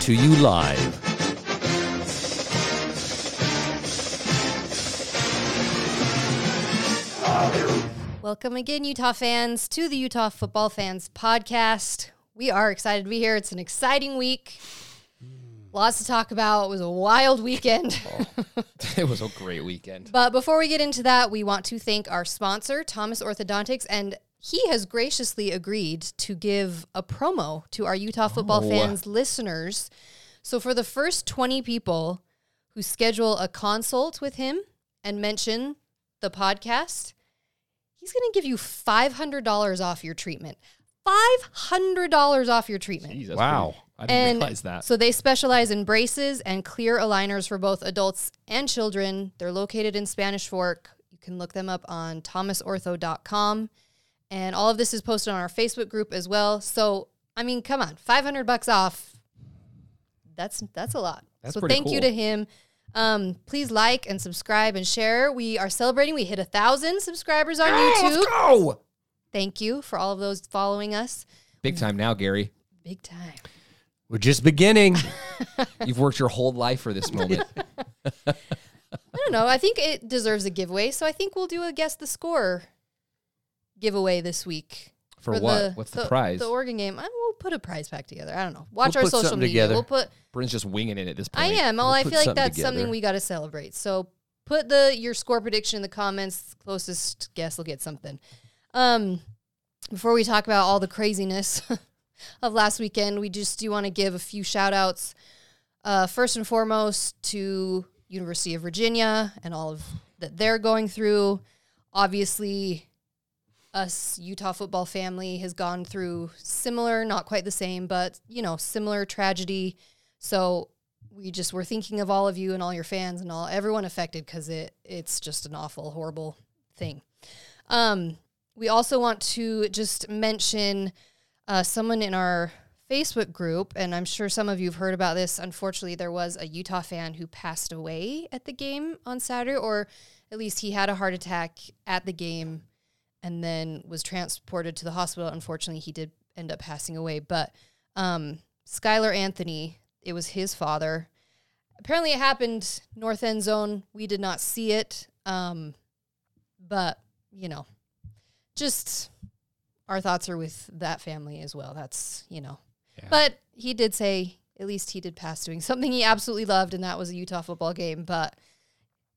to you live. Welcome again, Utah fans, to the Utah Football Fans Podcast. We are excited to be here. It's an exciting week. Lots to talk about. It was a wild weekend. it was a great weekend. But before we get into that, we want to thank our sponsor, Thomas Orthodontics, and he has graciously agreed to give a promo to our Utah football fans listeners. So for the first 20 people who schedule a consult with him and mention the podcast, he's going to give you $500 off your treatment. $500 off your treatment. Jeez, that's Wow. pretty- I didn't And realize that. So they specialize in braces and clear aligners for both adults and children. They're located in Spanish Fork. You can look them up on thomasortho.com. And all of this is posted on our Facebook group as well. So, I mean, come on, 500 bucks off. That's that's a lot. That's so pretty thank you cool. to him. Um, please like and subscribe and share. We are celebrating. We hit a thousand subscribers on Ah, YouTube. go! Thank you for all of those following us. Big time now, Gary. Big time. We're just beginning. You've worked your whole life for this moment. I don't know. I think it deserves a giveaway, so I think we'll do a guess the score giveaway this week. For what? the- What's the prize? The Oregon game. I we'll put a prize pack together. I don't know. Watch We'll our put social something media. together. We'll put. Bryn's just winging it at this I point. am. Well, We'll I put feel like something that's something together. we got to celebrate. So put the your score prediction in the comments. Closest guess will get something. Um, before we talk about all the craziness of last weekend, we just do want to give a few shout outs. Uh, first and foremost to University of Virginia and all of that they're going through. Obviously, us Utah football family has gone through similar, not quite the same, but you know, similar tragedy. So we just were thinking of all of you and all your fans and all everyone affected because it it's just an awful, horrible thing. Um, we also want to just mention uh, someone in our Facebook group, and I'm sure some of you have heard about this. Unfortunately, there was a Utah fan who passed away at the game on Saturday, or at least he had a heart attack at the game and then was transported to the hospital. Unfortunately, he did end up passing away. But um, Skylar Anthony, it was his father. Apparently, it happened north end zone. We did not see it, um, but you know, just our thoughts are with that family as well. That's you know, but he did say at least he did pass doing something he absolutely loved, and that was a Utah football game. But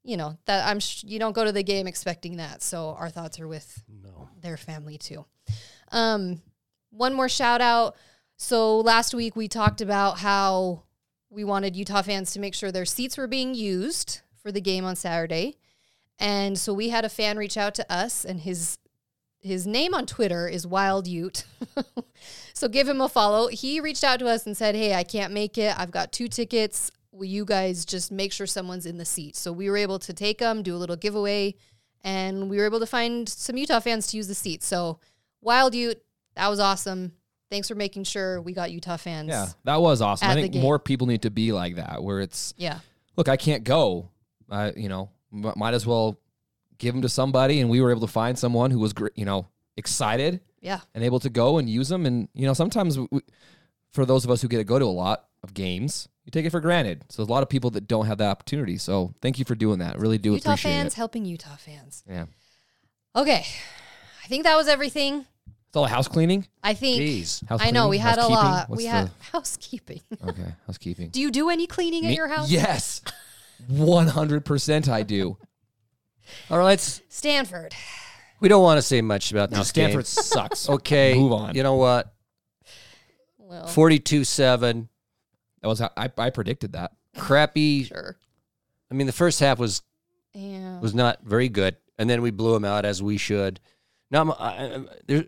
you know that I'm sh- you don't go to the game expecting that. So our thoughts are with their family too. Um, one more shout out. So last week we talked about how we wanted Utah fans to make sure their seats were being used for the game on Saturday. And so we had a fan reach out to us and his his name on Twitter is Wild Ute. so give him a follow. He reached out to us and said, "Hey, I can't make it. I've got two tickets. Will you guys just make sure someone's in the seat?" So we were able to take them, do a little giveaway, and we were able to find some Utah fans to use the seat. So Wild Ute, that was awesome. Thanks for making sure we got Utah fans. Yeah, that was awesome. At I the think game. more people need to be like that, where it's Yeah. look, I can't go. I, you know, m- might as well give them to somebody. And we were able to find someone who was, gr- you know, excited Yeah. and able to go and use them. And you know, sometimes w w- for those of us who get to go to a lot of games, you take it for granted. So there's a lot of people that don't have that opportunity. So thank you for doing that. Really do Utah appreciate fans it. helping Utah fans. Yeah, Okay. I think that was everything. it's all house cleaning. I think Jeez. House I know cleaning? we had a Housekeeping? lot. What's we had housekeeping. the- okay housekeeping. Do you do any cleaning at Me- your house? Yes, one hundred percent. I do. All right, let's. Stanford. We don't want to say much about Now this Stanford game. sucks. Okay, Move on. You know what? Well, Forty-two seven. That was how I, I predicted that. Crappy. sure. I mean, the first half was Yeah. was not very good, and then we blew him out as we should. Now, I'm, I, I'm- there,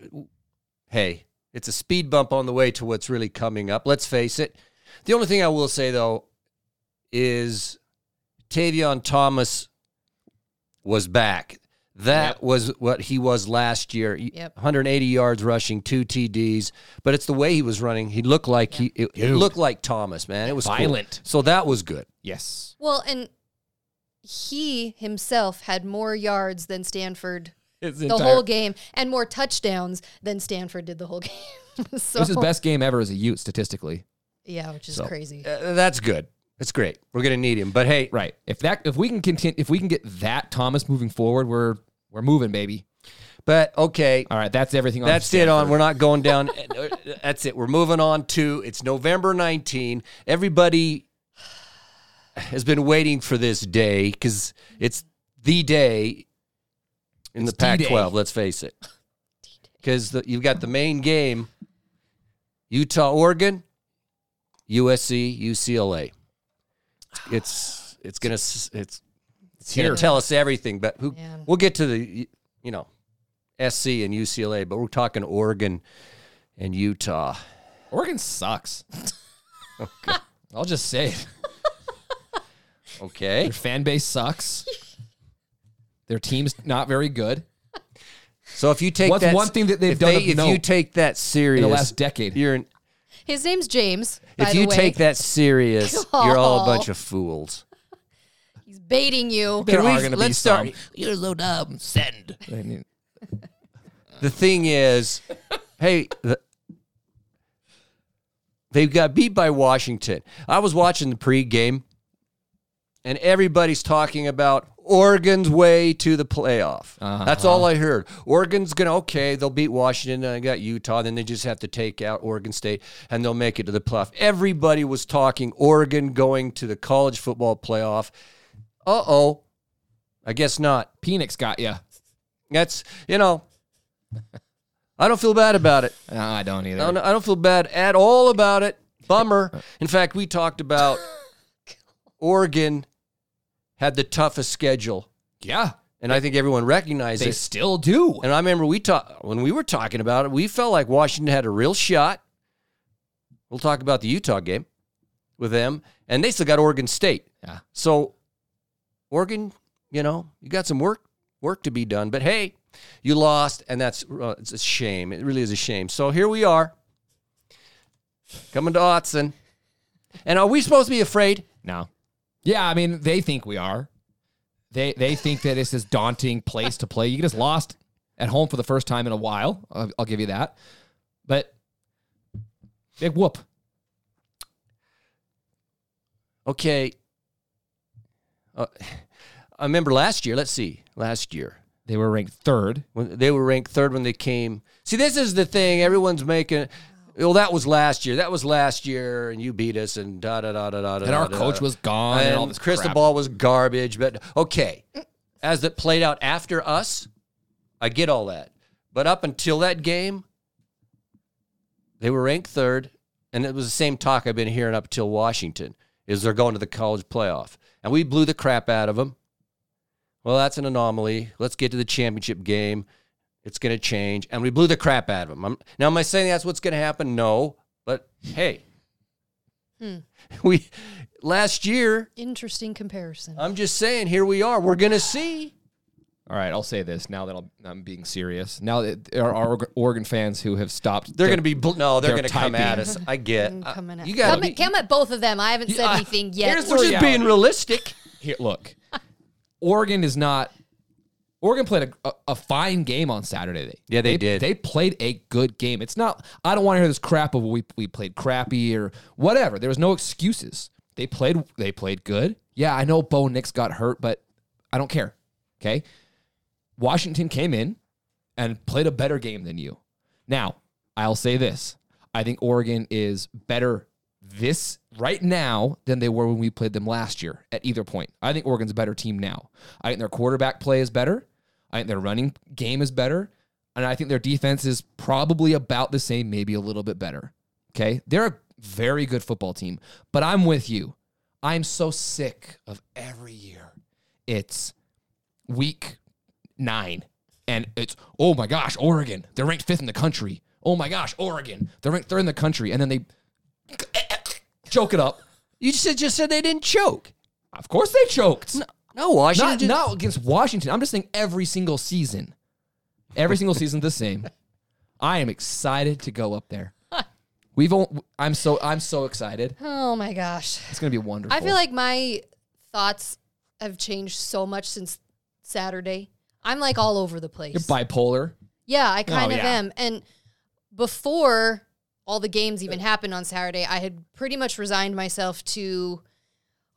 hey, it's a speed bump on the way to what's really coming up. Let's face it. The only thing I will say though is Tavion Thomas was back. That was what he was last year. He- Yep. 180 yards rushing, two TDs. But it's the way he was running. He looked like he it, it Dude. looked like Thomas, man. It was cool. Violent. So that was good. Yes. Well, and he himself had more yards than Stanford His the whole game and more touchdowns than Stanford did the whole game. so It was his best game ever as a Ute statistically. Yeah, which is So, crazy. Uh, that's good. That's great. We're gonna need him. But hey, Right. If that if we can continue if we can get that Thomas moving forward, we're we're moving, baby. but okay, All right, that's everything. that's it. On we're not going down. uh, that's it. We're moving on to it's November 19. Everybody has been waiting for this day because it's the day in the It's D-Day. Pac-12. Let's face it, because you've got the main game: Utah, Oregon, USC, UCLA. It's it's gonna s- it's it's here. gonna tell us everything. But who Man. we'll get to the you know SC and UCLA, but we're talking Oregon and Utah. Oregon sucks. Oh, I'll just say it. Okay, Their fan base sucks. Their team's not very good. so if you take What's that, one thing that they've if done of if you note take that serious, last decade? you're an, His name's James. By if the you way. take that serious, you're all a Cool. bunch of fools. he's baiting you. There Can we- are going to be let's start- some. You're so dumb. Send. I mean, The thing is, hey, the, they got beat by Washington. I was watching the pregame, and everybody's talking about Oregon's way to the playoff. That's all I heard. Oregon's gonna okay, they'll beat Washington, and I got Utah, then they just have to take out Oregon State, and they'll make it to the playoff. Everybody was talking Oregon going to the college football playoff. Uh oh, I guess not. Penix got you. That's you know, I don't feel bad about it. No, I don't either. I don't, I don't feel bad at all about it. Bummer. In fact, we talked about Oregon had the toughest schedule, Yeah, and I think everyone recognized they it. still do. And I remember we talked when we were talking about it. We felt like Washington had a real shot. We'll talk about the Utah game with them, and they still got Oregon State. Yeah. So, Oregon, you know, you got some work work to be done. But hey, you lost, and that's uh, it's a shame. It really is a shame. So here we are, coming to Otson. And are we supposed to be afraid? No. Yeah, I mean, they think we are. They they think that it's this daunting place to play. You just lost at home for the first time in a while. I'll, I'll give you that. But big whoop. Okay. Uh, I remember last year. Let's see, last year. They were ranked third. when they were ranked third when they came. See, this is the thing everyone's making. Well, that was last year. That was last year, and you beat us, and da da da da da. And our coach was gone and, all this crystal crap. ball was garbage. But okay, as it played out after us, I get all that. But up until that game, they were ranked third, and it was the same talk I've been hearing up till Washington is they're going to the college playoff, and we blew the crap out of them. Well, that's an anomaly. Let's get to the championship game. It's going to change, and we blew the crap out of them. I'm, now, am I saying that's what's going to happen? No, but hey, Hmm. we last year. Interesting comparison. I'm just saying, here we are. We're going to see. All right, I'll say this now that I'll, I'm being serious. Now that there are Oregon fans who have stopped. They're going to be bl- no. They're, they're going to come typing. at us. I get. I'm I- coming at Uh, you come, got at, come at both of them. I haven't said I- anything yet. here's the We're just reality. being realistic. here, look, Oregon is not. Oregon played a, a, a fine game on Saturday. They, Yeah, they did. They played a good game. It's not. I don't want to hear this crap of we we played crappy or whatever. There was no excuses. They played. They played good. Yeah, I know Bo Nix got hurt, but I don't care. Okay, Washington came in and played a better game than you. Now, I'll say this. I think Oregon is better this right now than they were when we played them last year at either point. I think Oregon's a better team now. I think their quarterback play is better. I think their running game is better. And I think their defense is probably about the same, maybe a little bit better. Okay. They're a very good football team, but I'm with you. I'm so sick of every year. It's week nine. And it's, oh my gosh, Oregon. They're ranked fifth in the country. Oh my gosh, Oregon. They're ranked third in the country. And then they choke it up. You just said, just said they didn't choke. Of course they choked. No, Washington. not, didn't- not against Washington. I'm just saying every single season. Every single season's the same. I am excited to go up there. We've all, I'm so I'm so excited. oh my gosh. It's gonna be wonderful. I feel like my thoughts have changed so much since Saturday. I'm like all over the place. you're bipolar. Yeah, I kind of yeah. am. And before all the games even happened on Saturday, I had pretty much resigned myself to,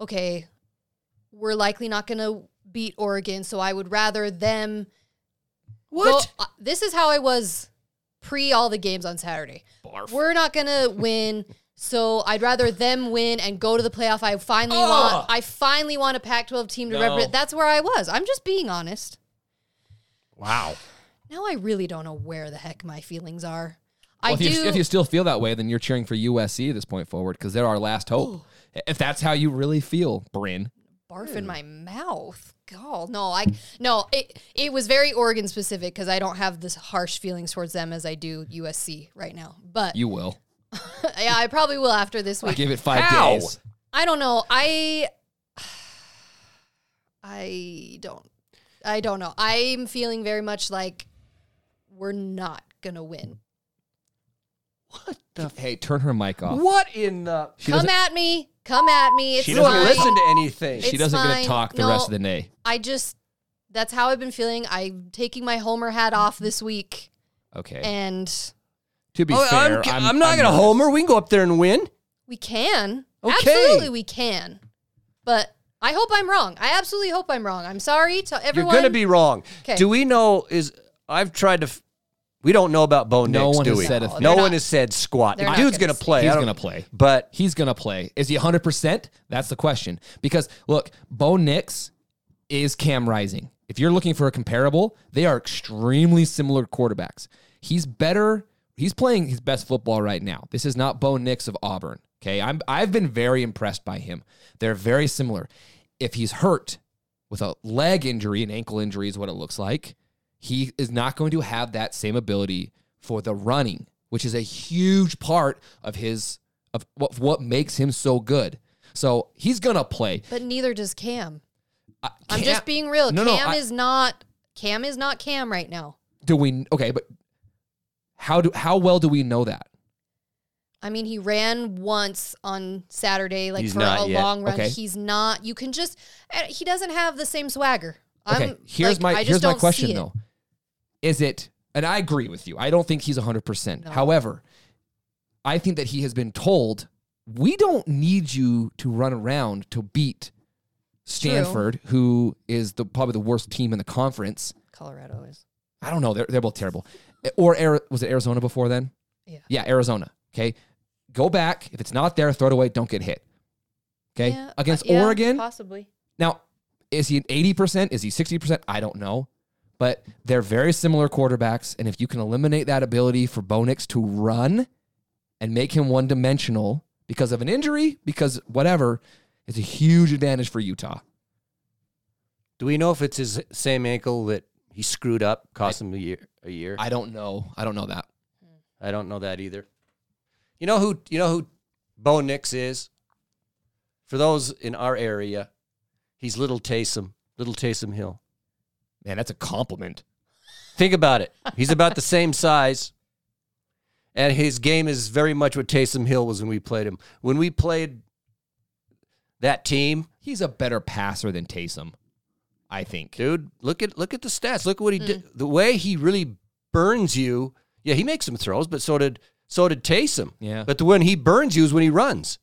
okay, we're likely not going to beat Oregon, so I would rather them. What? Well, uh, this is how I was pre all the games on Saturday. We're not gonna win, so I'd rather them win and go to the playoff. I finally want. I finally want a Pac-12 team to No. represent. That's where I was. I'm just being honest. wow. Now I really don't know where the heck my feelings are. I Well, if, do. you, if you still feel that way, then you're cheering for USC at this point forward because they're our last hope. if that's how you really feel, Bryn. barf in my mouth. God, no, I no. It it was very Oregon specific because I don't have this harsh feelings towards them as I do USC right now. But You will. yeah, I probably will after this week. Give it five How? days. I don't know. I I don't I don't know. I'm feeling very much like we're not gonna win. Hey, turn her mic off. What in the? Come at me. Come at me. It's She doesn't fine. listen to anything. She It's doesn't get fine. to talk the No. rest of the day. I just that's how I've been feeling. I'm taking my Homer hat off this week Okay. and to be Oh, fair, I'm, I'm not gonna nervous. homer. We can go up there and win. we can. Okay. Absolutely we can. But I hope I'm wrong. I absolutely hope I'm wrong. I'm sorry to You're everyone. gonna be wrong. 'Kay. Do we know? Is I've tried to. F- we don't know about Bo No Nix, one do has we? said a thing. no They're one not- has said squat. The they're not dude's gonna gonna play. He's I don't- gonna play. But He's going to play. Is he 100%? That's the question. Because look, Bo Nix is Cam Rising. If you're looking for a comparable, they are extremely similar quarterbacks. He's better. He's playing his best football right now. This is not Bo Nix of Auburn. Okay. I'm, I've been very impressed by him. They're very similar. If he's hurt with a leg injury, an ankle injury is what it looks like, he is not going to have that same ability for the running, which is a huge part of his of what, what makes him so good. So he's gonna play. but neither does Cam. I- I'm Cam- just being real. No, no, Cam I- is not Cam is not Cam right now. Do we okay? But how do how well do we know that? I mean, he ran once on Saturday, like He's for not a yet. long run. Okay. He's not. You can just. eh, He doesn't have the same swagger. Okay, I'm, here's like, I my just here's my don't see question it. though. Is it? And I agree with you. I don't think he's 100%. No. However, I think that he has been told we don't need you to run around to beat Stanford, who is the probably the worst team in the conference. Colorado is. I don't know. They're, they're both terrible. Or Ari- was it Arizona before then? Yeah. Yeah, Arizona. Okay. Go back. If it's not there, throw it away. Don't get hit. Okay. Yeah, Against uh, yeah, Oregon. possibly. Now, is he an 80%? Is he 60%? I don't know. But they're very similar quarterbacks. And if you can eliminate that ability for Bonix to run and make him one dimensional because of an injury, because whatever, it's a huge advantage for Utah. do we know if it's his same ankle that he screwed up, cost him a year? A year? I don't know. I don't know that. I don't know that either. You know who you know who Bo Nix is? For those in our area, he's little Taysom, little Taysom Hill. Man, that's a compliment. Think about it. He's about the same size. And his game is very much what Taysom Hill was when we played him. When we played that team, He's a better passer than Taysom, I think. dude, look at look at the stats. Look at what he did. The way he really burns you. Yeah, he makes some throws, but so did so did Taysom. Yeah. But the when he burns you is when he runs.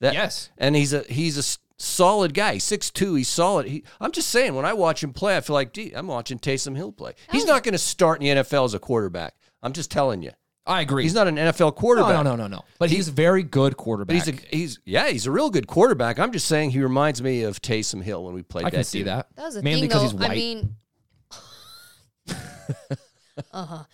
That, Yes. And he's a he's a s- solid guy. Six two. He's solid. He, I'm just saying, when I watch him play, I feel like, gee, I'm watching Taysom Hill play. He's not going to start in the NFL as a quarterback. I'm just telling you, I agree. he's not an NFL quarterback. No, no, no, no, no. But he's a very good quarterback. But he's a he's yeah he's a real good quarterback. I'm just saying he reminds me of Taysom Hill when we played I that. can see dude. that. That was the Mainly thing, though. he's white. I mean, uh huh.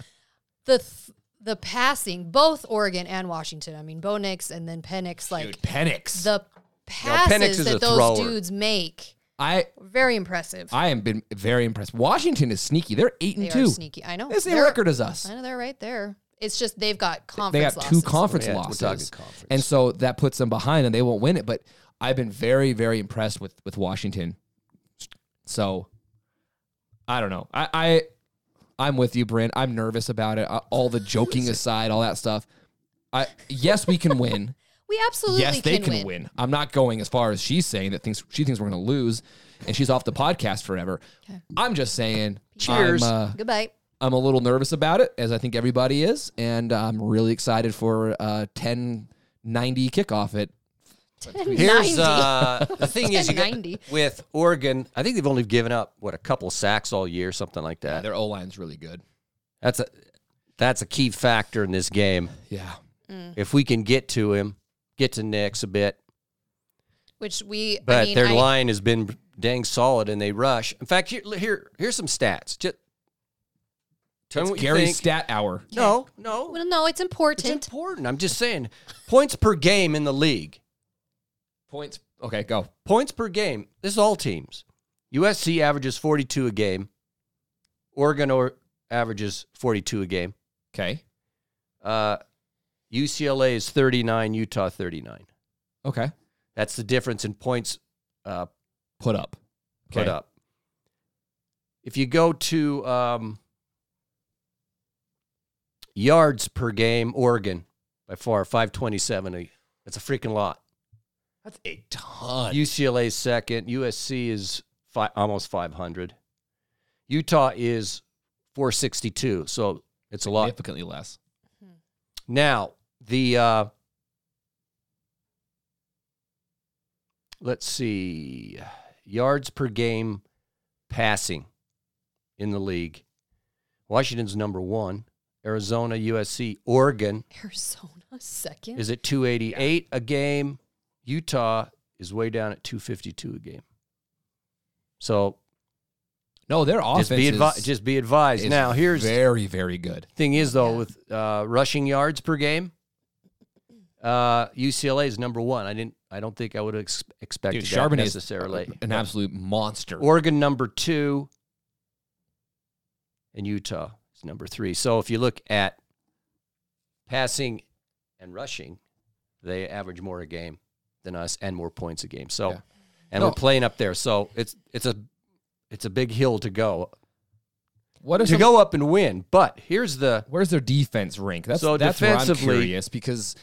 The th- the passing, both Oregon and Washington. I mean, Bo Nix and then Penix. Like Dude, Penix. the Penix passes is a that those thrower. dudes make, I were very impressive. I have been very impressed. Washington is sneaky. They're eight and They two. are sneaky. I know. It's the same They're- record as us. I know they're right there. It's just they've got They conference got two losses. conference Yeah, we're losses, talking conference. and so that puts them behind, and they won't win it. But I've been very, very impressed with with Washington. So I don't know. I, I I'm with you, Brent. I'm nervous about it. I- All the joking aside, all that stuff. I yes, we can win. We absolutely yes, they can, can win. win. I'm not going as far as she's saying that thinks she thinks we're going to lose, and she's off the podcast forever. I'm just saying. Cheers. I'm, uh, Goodbye. I'm a little nervous about it, as I think everybody is, and I'm really excited for uh, 1090 kickoff at 90. Here's uh, the thing is, you get- 90. with Oregon, I think they've only given up what a couple sacks all year, something like that. uh, Their O line's really good. That's a that's a key factor in this game. Yeah. Mm-hmm. If we can get to him, get to Nix a bit, Which we, but I mean, their I, line has been dang solid, and they rush. In fact, here, here here's some stats. Just tell me It's what Gary's you think. stat hour. no, no, well, no, it's it's important. important. I'm just saying, points per game in the league. Points. Okay, go. Points per game. This is all teams. USC averages 42 a game. Oregon or averages 42 a game. Okay. Uh, UCLA is 39, Utah 39. Okay. That's the difference in points uh, Put up. put Okay. up. If you go to um, yards per game, Oregon by far 527. A, that's a freaking lot. That's a ton. UCLA is second. USC is fi- almost 500. Utah is 462. So it's a lot. significantly less. Now, the uh let's see yards per game passing in the league. Washington's number 1, Arizona, USC, Oregon Arizona second. is at 288 a game. Utah is way down at 252 a game. So, No, their offense just be advised is, just be advised. is Now, here's very very good. Thing is, though, Yeah. with uh, rushing yards per game, uh, UCLA is number one. I didn't. I don't think I would have ex- expected Dude, that Charbonnet is necessarily. an absolute monster. Oregon number two, and Utah is number three. So if you look at passing and rushing, they average more a game than us and more points a game. So, Yeah. and No. we're playing up there. So it's it's a it's a big hill to go what if to go up and win. But here's the Where's their defense rank? That's So that's where I'm defensively- curious because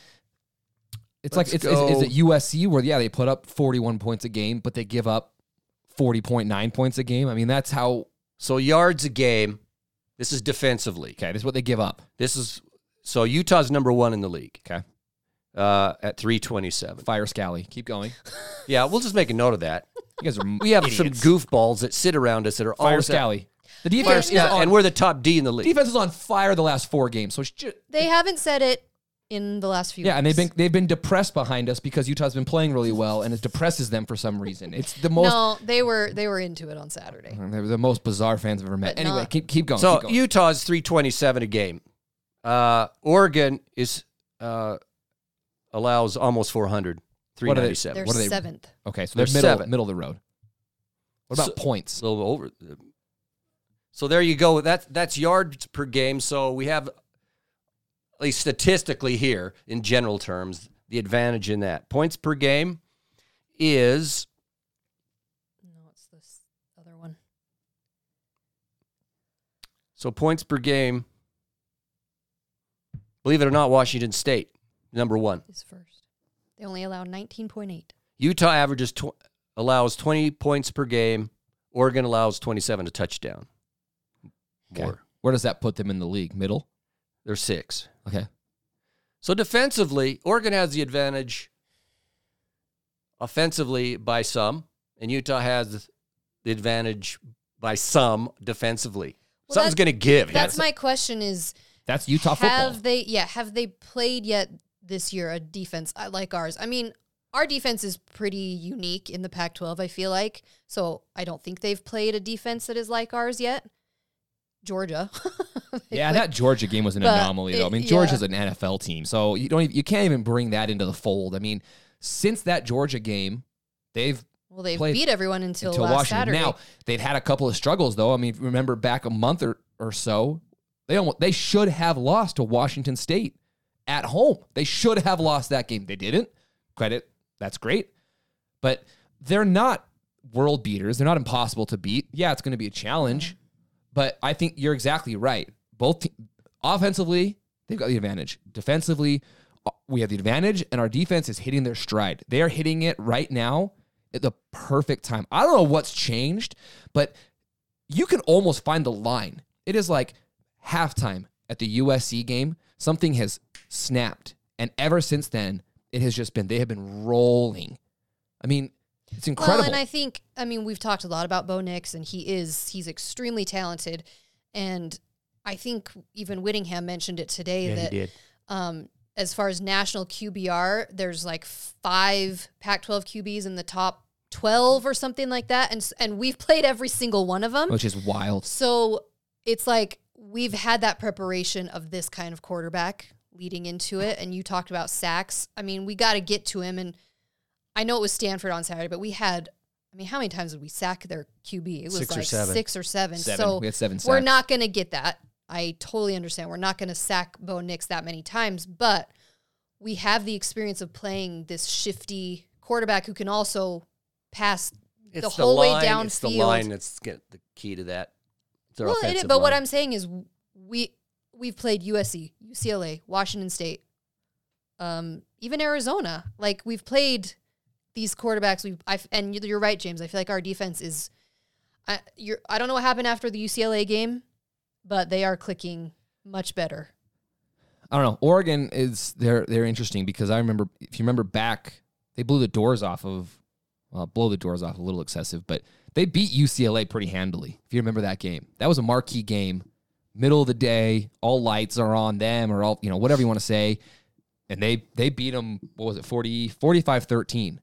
it's like Let's it's, is, is it go- USC where yeah they put up 41 points a game but they give up 40.9 points a game. I mean that's how So yards a game. This is defensively. okay that's what they give up. This is so Utah's number one in the league Okay, uh, at 327. fire Scally. Keep going. Yeah, we'll just make a note of that. You guys are We have idiots. some goofballs that sit around us that are fire always at- Scally. The defense Fire is Scal- on, and we're the top D in the league. defense is on fire the last four games. So it's ju- They haven't said it in the last few. yeah, and they've weeks. been they've been depressed behind us because Utah's been playing really well and it depresses them for some reason. It's the most no, they were they were into it on Saturday. they're the most bizarre fans I've ever met. But anyway, not- keep keep going. keep So going. Utah's 327 a game. Uh, Oregon is uh, allows almost 400, What are they- 397. They're What are they- seventh. Okay, so They're they're, middle seven. middle of the road. What about So- points? So over. So there you go. That's that's yards per game. So we have, at least statistically here in general terms, the advantage in that points per game is No, it's this other one. so points per game. Believe it or not, Washington State number one. Is first. They only allow nineteen point eight. Utah averages tw- allows twenty points per game. Oregon allows twenty seven a touchdown. More. Okay. Where does that put them in the league? Middle. They're six. Okay. So defensively, Oregon has the advantage offensively by some, and Utah has the advantage by some defensively. Well, Something's that- going to give. That's here. my question: Is That's Utah have football. they yeah have they played yet this year a defense I- like ours i mean our defense is pretty unique in the pac 12 i feel like so i don't think they've played a defense that is like ours yet georgia They yeah, played- that Georgia game was an But anomaly, though. I it- mean, yeah. Georgia's an NFL team, so you don't even, you can't even bring that into the fold. I mean, since that Georgia game, they've well they played beat everyone until, until last Washington. saturday Now they've had a couple of struggles, though. I mean, remember back a month or, or so, they almost, they should have lost to Washington State at home. They should have lost that game. They didn't. Credit that's great, but they're not world beaters. They're not impossible to beat. Yeah, it's going to be a challenge, but I think you're exactly right. Both te- offensively, they've got the advantage. Defensively, uh, we have the advantage, and our defense is hitting their stride. They are hitting it right now at the perfect time. I don't know what's changed, but you can almost find the line. It is like halftime at the USC game, something has snapped. And ever since then, it has just been, they have been rolling. I mean, it's incredible. Well, and I think I mean we've talked a lot about Bo Nix, and he is he's extremely talented, and I think even Whittingham mentioned it today that um, as far as national QBR, there's like five Pac-12 QBs in the top twelve or something like that, and s- and we've played every single one of them. which is wild. So it's like we've had that preparation of this kind of quarterback leading into it. And you talked about sacks. I mean, we got to get to him. And I know it was Stanford on Saturday, but we had, I mean, how many times did we sack their QB? It was Six or like seven. six or seven. Seven. So we had seven sacks. we're not going to get that. I totally understand. We're not going to sack Bo Nix that many times, but we have the experience of playing this shifty quarterback who can also pass It's the whole way line- downfield. It's the line that's get the key to that. It's their Well, it, offensive but what line. I'm saying is we we've played USC, UCLA, Washington State, um, even Arizona. Like we've played these quarterbacks. We I and you- you're right, James. I feel like our defense is. I you're I don't know what happened after the UCLA game, but they are clicking much better. I don't know. Oregon is they're they're interesting because I remember if you remember back, they blew the doors off of well, blow the doors off a little excessive, but they beat UCLA pretty handily. If you remember that game, that was a marquee game, middle of the day, all lights are on them or all you know whatever you want to say, and they they beat them. What was it 40, 45-13. I mean,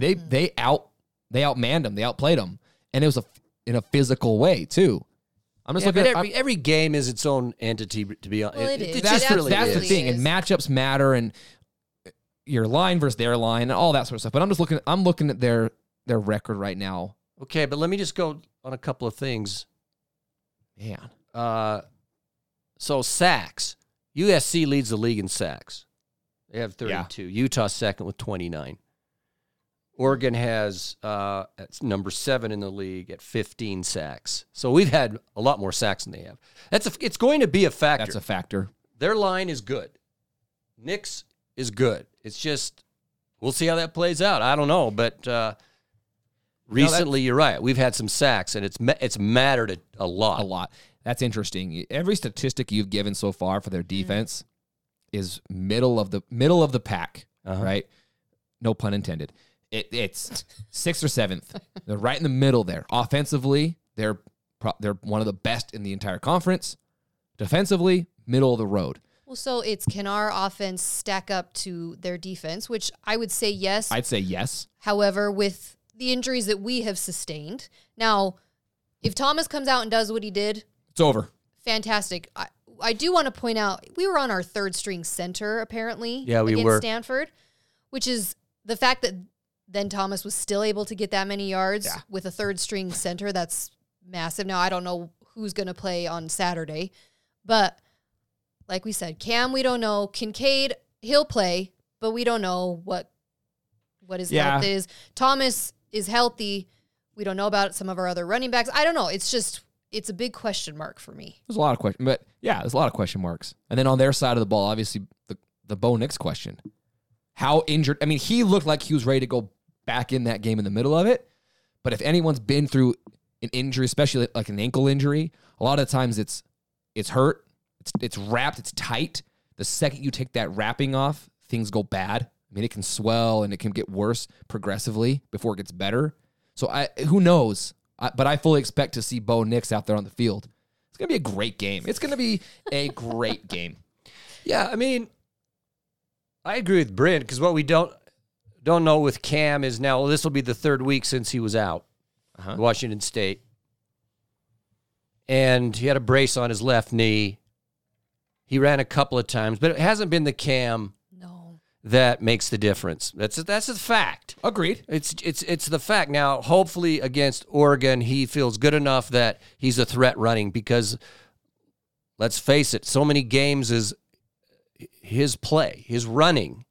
they Hmm. they out they outmanned them, they outplayed them, and it was a in a physical way too. I'm just Yeah, looking but at every, every game is its own entity to be on. Well, it is. that's It just the, really that's the is. thing, and is. matchups matter, and your line versus their line, and all that sort of stuff. But I'm just looking, I'm looking at their their record right now. Okay, but let me just go on a couple of things. Man, Uh, so sacks. USC leads the league in sacks. They have Yeah. 32. Utah's second with 29. Oregon has uh, at number seven in the league at 15 sacks. So we've had a lot more sacks than they have. That's a, it's going to be a factor. that's a factor. Their line is good. Nick's is good. It's just we'll see how that plays out. I don't know, but uh, that's- recently you're right. We've had some sacks, and it's ma- it's mattered a, a lot. A lot. That's interesting. Every statistic you've given so far for their Mm-hmm. defense is middle of the middle of the pack, Uh-huh. right? No pun intended. It, it's sixth or seventh. They're right in the middle there. Offensively, they're pro- they're one of the best in the entire conference. Defensively, middle of the road. Well, so it's can our offense stack up to their defense, which I would say yes. I'd say yes. However, with the injuries that we have sustained, now if Thomas comes out and does what he did, It's over. fantastic. I, I do want to point out we were on our third string center apparently. Yeah, we against were. Stanford, which is the fact that then Thomas was still able to get that many yards Yeah. with a third string center. That's massive. Now I don't know who's going to play on Saturday, but like we said, Cam, we don't know. Kincaid, he'll play, but we don't know what what his Yeah. health is. Thomas is healthy. We don't know about some of our other running backs. I don't know. It's just it's a big question mark for me. There's a lot of question, but yeah, there's a lot of question marks. And then on their side of the ball, obviously the the Bo Nix question: How injured? I mean, he looked like he was ready to go back in that game in the middle of it. But if anyone's been through an injury, especially like an ankle injury, a lot of times it's it's hurt, it's it's wrapped, it's tight. The second you take that wrapping off, things go bad. I mean, it can swell and it can get worse progressively before it gets better. So I who knows? I, but I fully expect to see Bo Nix out there on the field. It's gonna be a great game. It's gonna be a great game. Yeah, I mean, I agree with Brent because what we don't don't know with Cam is now well, this will be the third week since he was out, Uh-huh. Washington State, and he had a brace on his left knee. He ran a couple of times, but it hasn't been the Cam No. that makes the difference. That's a, that's a fact. Agreed. It's it's it's the fact. Now, hopefully against Oregon, he feels good enough that he's a threat running because let's face it, so many games is his play, his running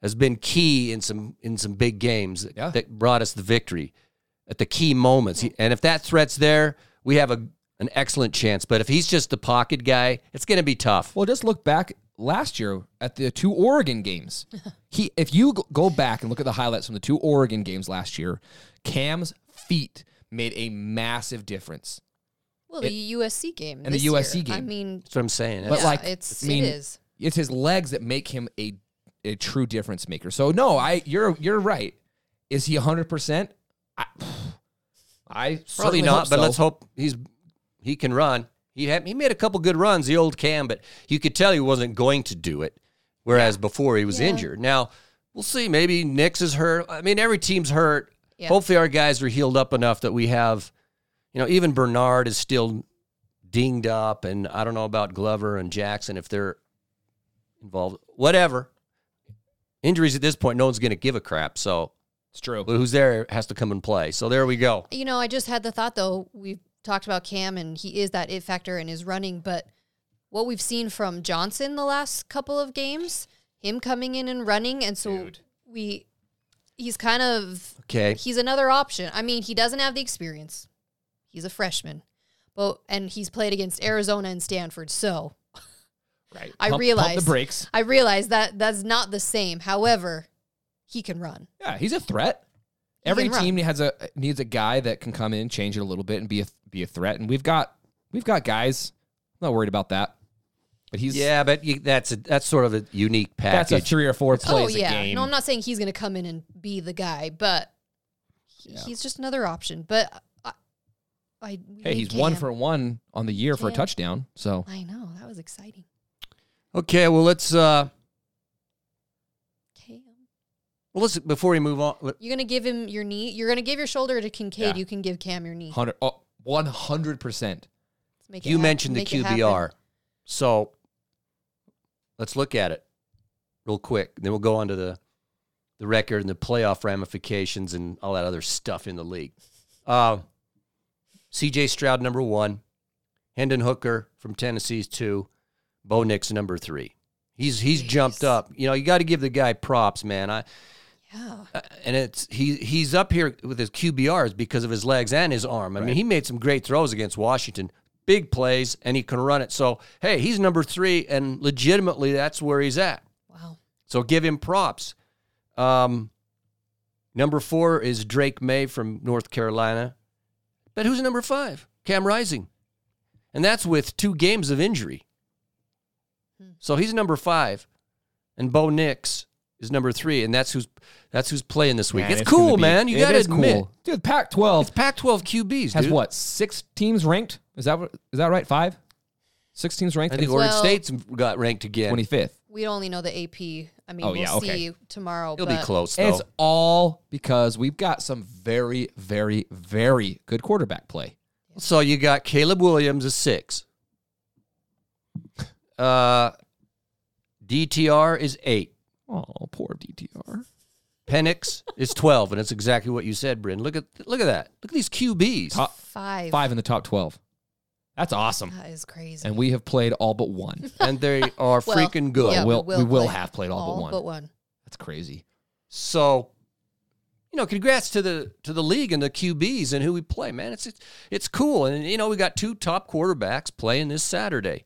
has been key in some in some big games that, Yeah. that brought us the victory at the key moments. He- And if that threat's there, we have a an excellent chance. But if he's just the pocket guy, it's going to be tough. Well, just look back last year at the two Oregon games. he, if you go- go back and look at the highlights from the two Oregon games last year, Cam's feet made a massive difference. Well, the USC game and the this year. USC I game. mean, That's what I'm saying. But yeah, like, it's I mean, it is. it's his legs that make him a a true difference maker. So no, I you're you're right. Is he 100%? I, I Probably certainly not, hope but so. let's hope he's he can run. He had, he made a couple good runs, the old Cam, but you could tell he wasn't going to do it. Whereas before he was Yeah. injured. Now we'll see. Maybe Nix is hurt. I mean, every team's hurt. Yeah. Hopefully, our guys are healed up enough that we have, you know, even Bernard is still dinged up, and I don't know about Glover and Jackson if they're involved. Whatever injuries at this point, no one's going to give a crap. So It's true. who's there has to come and play. So there we go. You know, I just had the thought though. We've talked about Cam and he is that it factor in his running, but what we've seen from Johnson the last couple of games, him coming in and running, and so Dude. we, he's kind of Okay. he's another option. I mean, he doesn't have the experience. He's a freshman, but and he's played against Arizona and Stanford, so Right. I Pump- pump realize. the brakes. I realize that that's not the same. However, he can run. Yeah, he's a threat. He Every can run. team has a needs a guy that can come in, change it a little bit, and be a be a threat. And we've got we've got guys. I'm not worried about that. But he's Yeah, but you, that's a, that's sort of a unique that's a package. three or four plays oh yeah. a game. No, I'm not saying he's going to come in and be the guy, but he- he's just another option. But I, I we hey, he's need one Cam. for one on the year for a Cam. touchdown. So I know that was exciting. okay, well let's uh Cam, well let's before we move on. let- you're going to give him your knee. You're going to give your shoulder to Yeah. Kincaid. You can give Cam your knee. hundred oh, one hundred percent. Let's make it You hap- mentioned the make it QBR, happen. so let's look at it real quick. Then we'll go on to the the record and the playoff ramifications and all that other stuff in the league. Uh, C.J. Stroud number one, Hendon Hooker from Tennessee's two, Bo Nix number three. He's he's jumped Nice. up. You know you got to give the guy props, man. I Yeah. Uh, and it's he he's up here with his QBRs because of his legs and his arm. I mean, he made some great throws against Washington, big plays, and he can run it. So hey, he's number three, and legitimately that's where he's at. Wow. So give him props. Um, number four is Drake May from North Carolina, but who's number five? Cam Rising, and that's with two games of injury. Hmm. So he's number five, and Bo Nix is number three, and that's who's that's who's playing this week. Man, it's, gonna cool, be- man. You it got to is admit, cool. dude. Pac-12 Pac-12 QBs has dude. what six teams ranked? Is that what- is that right? Five, six teams ranked. I think Well- Oregon State's got ranked again. twenty fifth. We only know the AP. I mean, Oh, we'll yeah, okay. see tomorrow. It'll but be close And though. It's all because we've got some very, very, very good quarterback play. So you got Caleb Williams a six. Uh, DTR is eight. Oh, poor DTR. Penix is twelve, and it's exactly what you said, Bryn. Look at look at that. Look at these QBs. Uh, Top Five. five in the top twelve. That's awesome. That is crazy. And we have played all but one. and they are Well, freaking good. yeah. we We'll- will we will play have played all, but one. but one. That's crazy. So, you know, congrats to the to the league and the QBs and who we play, man. It's it's, it's cool, and you know we got two top quarterbacks playing this Saturday,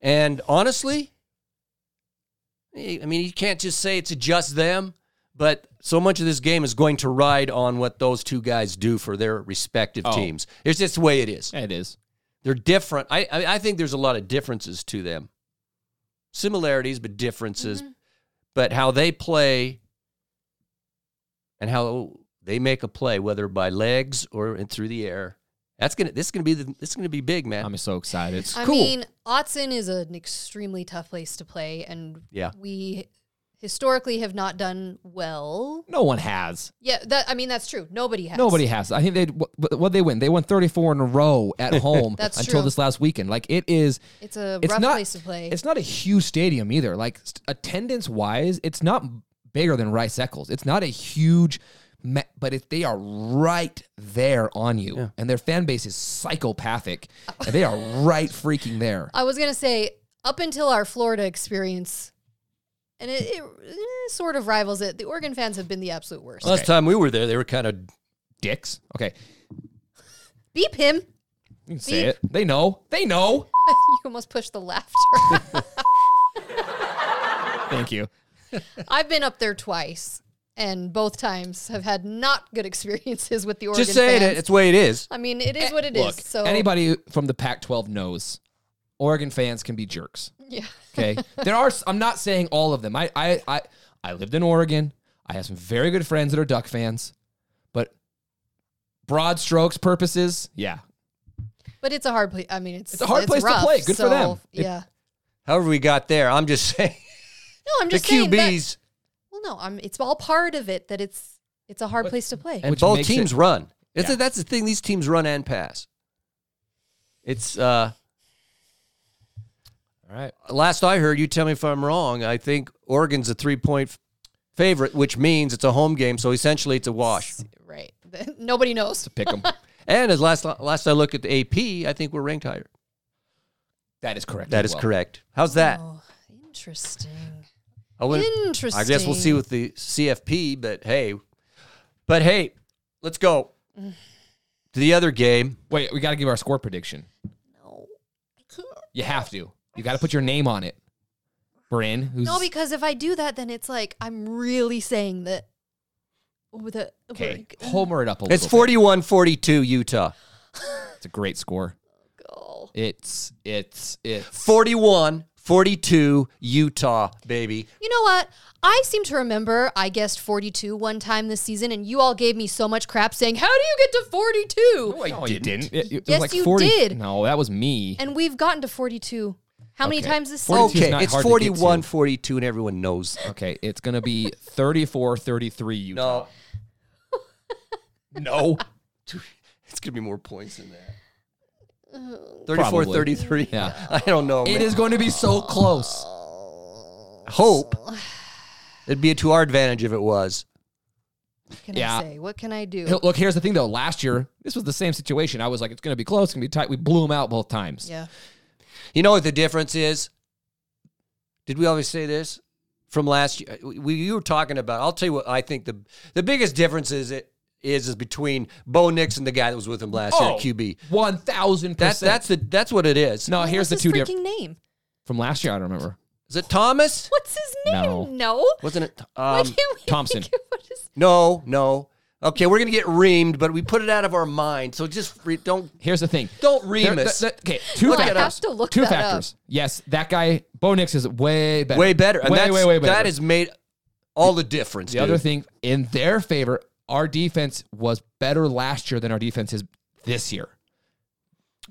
and honestly, eh, I mean you can't just say it's just them, but so much of this game is going to ride on what those two guys do for their respective Oh. teams. It's just the way it is. Yeah, it is. They're different. I I, I think there's a lot of differences to them, similarities but differences, Mm-hmm. but how they play and how they make a play, whether by legs or in- through the air. That's gonna. This is gonna be. The, this is gonna be big, man. I'm so excited. I cool. mean, Otson is an extremely tough place to play, and Yeah. we historically have not done well. no one has. Yeah, that I mean that's true. Nobody has. Nobody has. I think they what, what they win. They won 34 in a row at home That's until true. this last weekend. Like it is. It's a It's rough not- place to play. It's not a huge stadium either. Like st- attendance wise, it's not bigger than Rice Eccles. It's not a huge, ma- but if they are right there on you, and their fan base is psychopathic, and they are right freaking there. I was gonna say up until our Florida experience, and it, it, eh, sort of rivals it. The Oregon fans have been the absolute worst. Last time we were there, they were kind of. Dicks. Okay, Beep him. you you can say it. They know. They know. almost pushed the laughter. Thank you. I've been up there twice, and both times have had not good experiences with the Oregon Just saying fans. it. It's the way it is. I mean, it is what it is. Eh, Look, So anybody from the Pac-12 knows Oregon fans can be jerks. yeah, Okay, there are. s- I'm not saying all of them. I, I, I, I lived in Oregon. I have some very good friends that are Duck fans, but broad strokes purposes, yeah. but it's a hard place. I mean, it's It's a hard place to rough, play. Good for so, them. It- Yeah. However, we got there. I'm just saying No, I'm the just saying that- QBs well, no, I'm. It's all part of it that it's it's a hard place to play. and Which both makes teams it- run. It's Yeah. a, that's the thing. These teams run and pass. It's uh, All right. last I heard. You tell me if I'm wrong. I think Oregon's a three point favorite, which means it's a home game. So essentially, it's a wash. Right. Nobody knows. Pick them. And as last last I look at the AP, I think we're ranked higher. that is correct. That as is well. correct. How's that? Oh, interesting. I wouldn't- Interesting. I guess we'll see with the CFP, but hey, but hey, let's go to the other game. Wait, we got to give our score prediction. No, I can't. You have to. You got to put your name on it. Bryn, who's No, because if I do that, then it's like I'm really saying that. With a okay, like, mm. homer it up a little. It's 41 42 Utah. Bit. It's a great score. oh, It's it's it's 41 42 Utah, baby. You know what? I seem to remember I guessed 42 one time this season, and you all gave me so much crap saying, How do you get to 42? No, I didn't. It, it Yes, was like you 40. did. No, that was me. And we've gotten to 42. How many Okay. times this season? 42 's Okay, not it's hard to get to. 41 42, and everyone knows. Okay, it's gonna be 34 33 Utah. No, No. it's going to be more points than that. 34 Probably. 33. Yeah. I don't know. It man. is going to be so close. Hope. It'd be to our advantage if it was. What can Yeah. I say? What can I do? H- Look, here's the thing though. Last year, this was the same situation. I was like, it's gonna be close, it's gonna be tight. We blew them out both times. yeah. You know what the difference is? Did we always say this from last year? We, we you were talking about. I'll tell you what I think the the biggest difference is it is is between Bo Nix and the guy that was with him last year at QB. Oh, One thousand That's percent. that's the that's what it is. no. What Oh, Here's was the his two freaking different name. from last year. I don't remember. Is it Thomas? What's his name? No. Wasn't it? Why Um, can't we Thompson. think of what his- no, no. Okay, we're gonna get reamed, but we put it out of our mind. So just re- don't Here's the thing. don't ream There- us. th- th- okay, two Well, I factors. have to look two that factors. Yes, that guy Bo Nix is way better. way better. And Way that's, way way better. That has made all the difference. The dude. other thing in their favor, our defense was better last year than our defense is this year.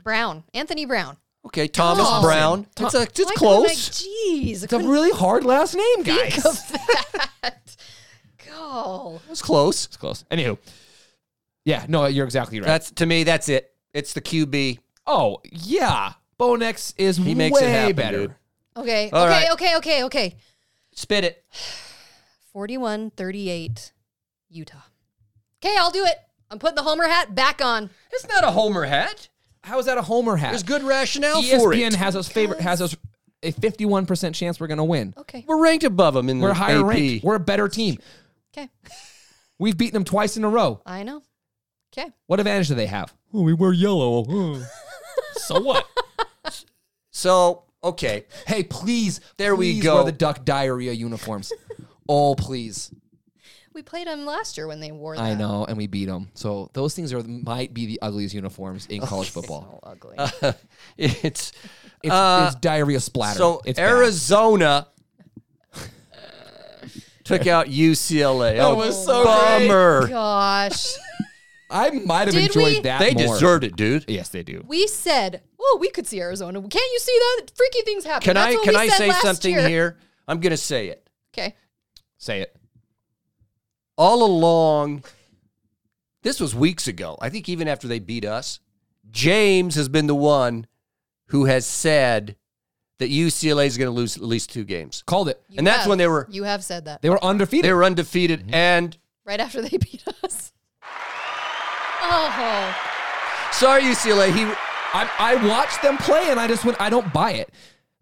Brown. Anthony Brown. Okay, Thomas Thompson. Brown. It's a, it's Why couldn't I- close. Jeez. I It's a couldn't really hard last name, think guys. of that. Go. It's close. It's close. Anywho, yeah, no, you're exactly right. That's to me. That's it. It's the QB. oh yeah, Bonex is he makes it way happen, better. dude. Okay. All okay, right. okay, okay, okay. Spit it. 41 38 Utah. Okay, I'll do it. I'm putting the Homer hat back on. It's not a Homer hat. How is that a homer hat? E There's good rationale for ESPN it. has us favorite has us a 51 percent chance we're gonna win. Okay. We're ranked above them in We're the higher AP. ranked. We're a better team. Okay. We've beaten them twice in a row. I know. Okay. What advantage do they have? Oh, we wear yellow. Oh. so what? So okay, Hey, please. There we please go. Wear the duck diarrhea uniforms. oh, please. We played them last year when they wore that. I know, and we beat them. So those things are might be the ugliest uniforms in college football. So ugly. it's, It's, Uh, it's diarrhea splatter. so it's bad. Arizona took out UCLA. That was so great. Oh, bummer. Gosh. I might have Did enjoyed we- that. They more. deserved it, dude. Yes, they do. We said, oh, we could see Arizona. Can't you see that? Freaky things happen. Can That's I what can we I said say last something year. here? I'm gonna say it. Okay. Say it. all along, this was weeks ago. I think even after they beat us, James has been the one who has said that UCLA is going to lose at least two games, Called it. and that's have. when they were You have said that They were undefeated. they were undefeated. And right after they beat us. Oh. sorry, UCLA, he I, I watched them play, and I just went. I don't buy it.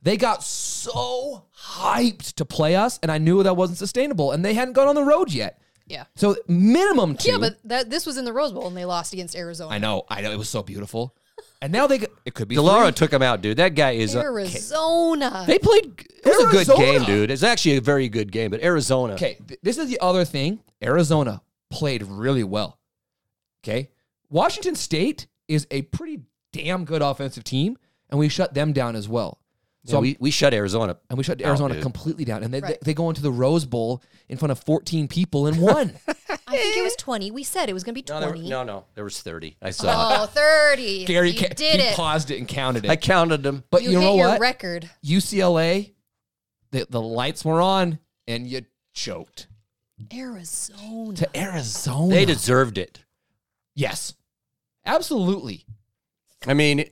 They got so hyped to play us, and I knew that wasn't sustainable. And they hadn't gone on the road yet. Yeah. So minimum two. Yeah, but that, this was in the Rose Bowl and they lost against Arizona. I know, I know. It was so beautiful. And now they could, it could be Delara three. took him out, dude. That guy is. A, Arizona. they played. It was a good Arizona. game, dude. It's actually a very good game, but Arizona. Okay, th- this is the other thing. Arizona played really well. Okay, Washington State is a pretty damn good offensive team, and we shut them down as well. So So we, we shut Arizona. and we shut Arizona dude. completely down, and they, Right. they, they go into the Rose Bowl in front of 14 people and won. I think it was 20. We said it was going to be No, there, 20. no, no. There was thirty. I saw. it. Oh, 30. Gary you ca- did he it. paused it and counted it. I counted them. but you, you, know hit your what? record. UCLA, the, the lights were on, and you choked Arizona. to Arizona. They deserved it. yes, absolutely. I mean,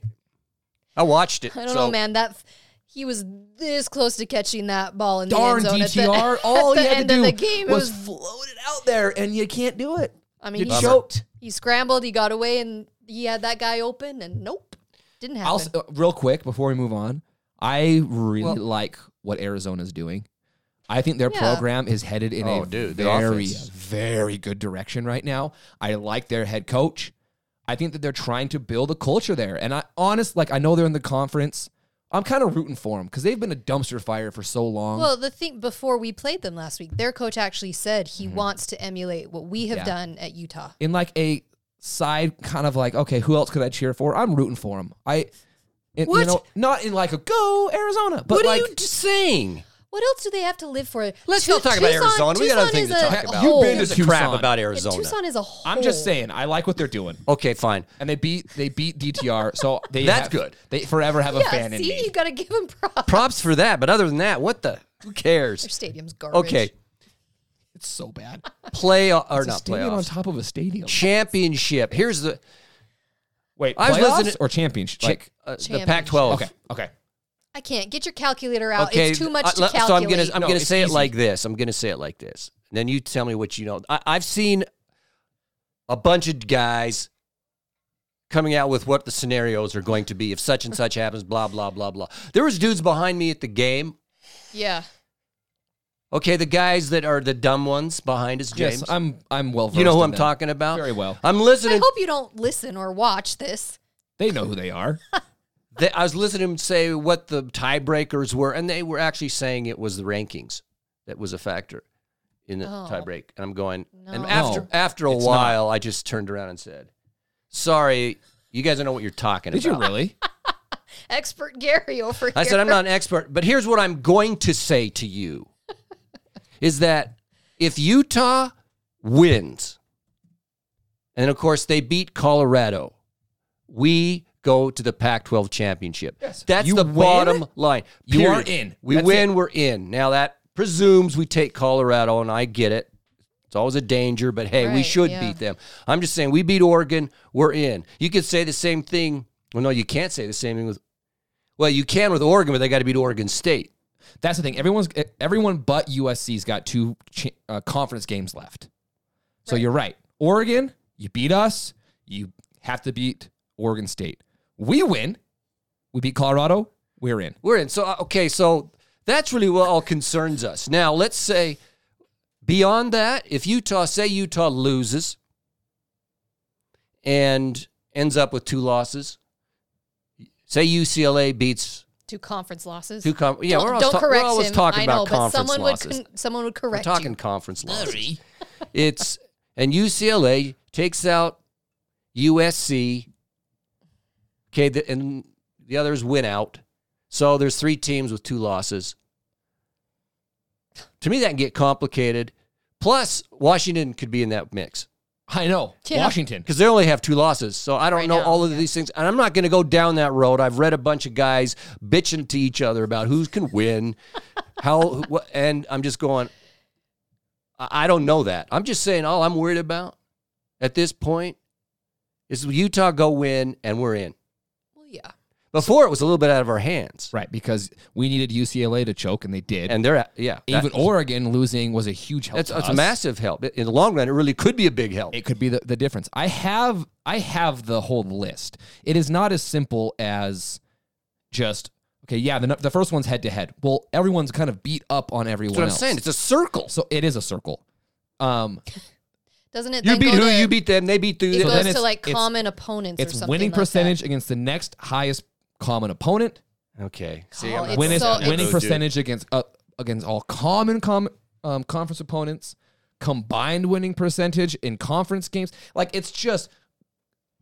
I watched it. I don't so know, man. That he was this close to catching that ball in Darn the end DTR! zone. At the, All at the you had end to do of the game, was it was. float it out there, and you can't do it. I You mean, he, choked. he scrambled, he got away, and he had that guy open, and nope, didn't happen. I'll, s- uh, real quick before we move on, I really like what Arizona's doing. I think their Yeah. program is headed in Oh, a dude, the very, offense. very good direction right now. I like their head coach. I think that they're trying to build a culture there. And I honest, like I know they're in the conference. I'm kind of rooting for them because they've been a dumpster fire for so long. well, the thing before we played them last week, their coach actually said he wants to emulate what we have Yeah. done at Utah. in like a side kind of like, okay, who else could I cheer for? I'm rooting for them. I, it- What? you know, not in like a go Arizona, but What like are you saying? What else do they have to live for? Let's Tu- not talk about Tucson- Arizona. We got other Tucson things to is a talk about. hole. You've been to Gives a crap Tucson. about Yeah, Arizona. Tucson is a whole. I'm just saying, I like what they're doing. Okay, fine. and they beat they beat DTR. So they That's have- good. They forever have a Yeah, fan in see, me. you got to give them props. Props for that. But other than that, what the? Who Their cares? stadium's garbage. Okay, It's so bad. play or not stadium on playoffs. top of a stadium. Championship. Here's the Wait, I was playoffs listening- or championship? like, Like, uh, the Championship. Pac-12. okay, okay. I can't get your calculator out. it's too much I- to uh, le- calculate. So I'm gonna I'm No, gonna it's say it easy. like this. I'm gonna say it like this. And then you tell me what you know. I, I've seen a bunch of guys coming out with what the scenarios are going to be if such and such happens. Blah blah blah blah. There was dudes behind me at the game. yeah. Okay, the guys that are the dumb ones behind us, James. Yes, I'm I'm well. you know who versed in I'm them. talking about. very well. I'm I listening. hope you don't listen or watch this. They know who they are. They- I was listening to him say what the tiebreakers were, and they were actually saying it was the rankings that was a factor in the Oh. tiebreak. And I'm going, and No. after No, after a it's while, I just turned around and said, "Sorry, you guys don't know what you're talking Did you about." really? Expert Gary over I here. said, "I'm not an expert, but here's what I'm going to say to you: is that if Utah wins, and of course they beat Colorado, we." Go to the Pac-12 championship. Yes. That's You the win? bottom line. You are Period. in. We That's win, we're in. Now that presumes we take Colorado, and I get it. It's always a danger, but hey, we Right, should yeah. beat them. I'm just saying, we beat Oregon, we're in. You could say the same thing. Well, no, you can't say the same thing with. Well, you can with Oregon, but they got to beat Oregon State. That's the thing. Everyone's e, everyone but USC's got two cha- uh, conference games left. So you're right. Oregon, you beat us. You have to beat Oregon State. We win. We beat Colorado. We're in. We're in. So uh, okay, so that's really what all concerns us. Now let's say beyond that, if Utah say Utah loses and ends up with two losses, say UCLA beats two conference losses. Two com- yeah, don't we're always, don't ta- correct we're always him. talking I know, about but conference someone losses. would con- someone would we're correct talking you. conference losses. it's and UCLA takes out USC. Okay, the, and the others win out. So there's three teams with two losses. To me, that can get complicated. Plus, Washington could be in that mix I know. Yeah. Washington. because they only have two losses. So I don't Right know now, all of these things, and I'm not going to go down that road. I've read a bunch of guys bitching to each other about who can win, how, what, and I'm just going. I I don't know that. I'm just saying all I'm worried about at this point is Utah go win and we're in. Well, yeah. Before it was a little bit out of our hands, Right, because we needed UCLA to choke, and they did. and they're at, yeah, that- Even Oregon losing was a huge help. that's, to that's a us. massive help. In the long run, it really could be a big help. It could be the, the difference. I have I have the whole list. It is not as simple as just okay. Yeah, the, nu- the first one's head to head. Well, everyone's kind of beat up on everyone That's what I'm else. saying. It's a circle. So it is a circle. Um, Doesn't it? You then beat go who? to- You beat them. They beat It you. So then goes to it's- like it's- common opponents. or It's something winning like that. percentage against the next highest common opponent. Okay. See, Call I'm it not Winning, so- bad at winning those, dude. percentage against uh, against all common com, um, conference opponents. Combined winning percentage in conference games. Like it's just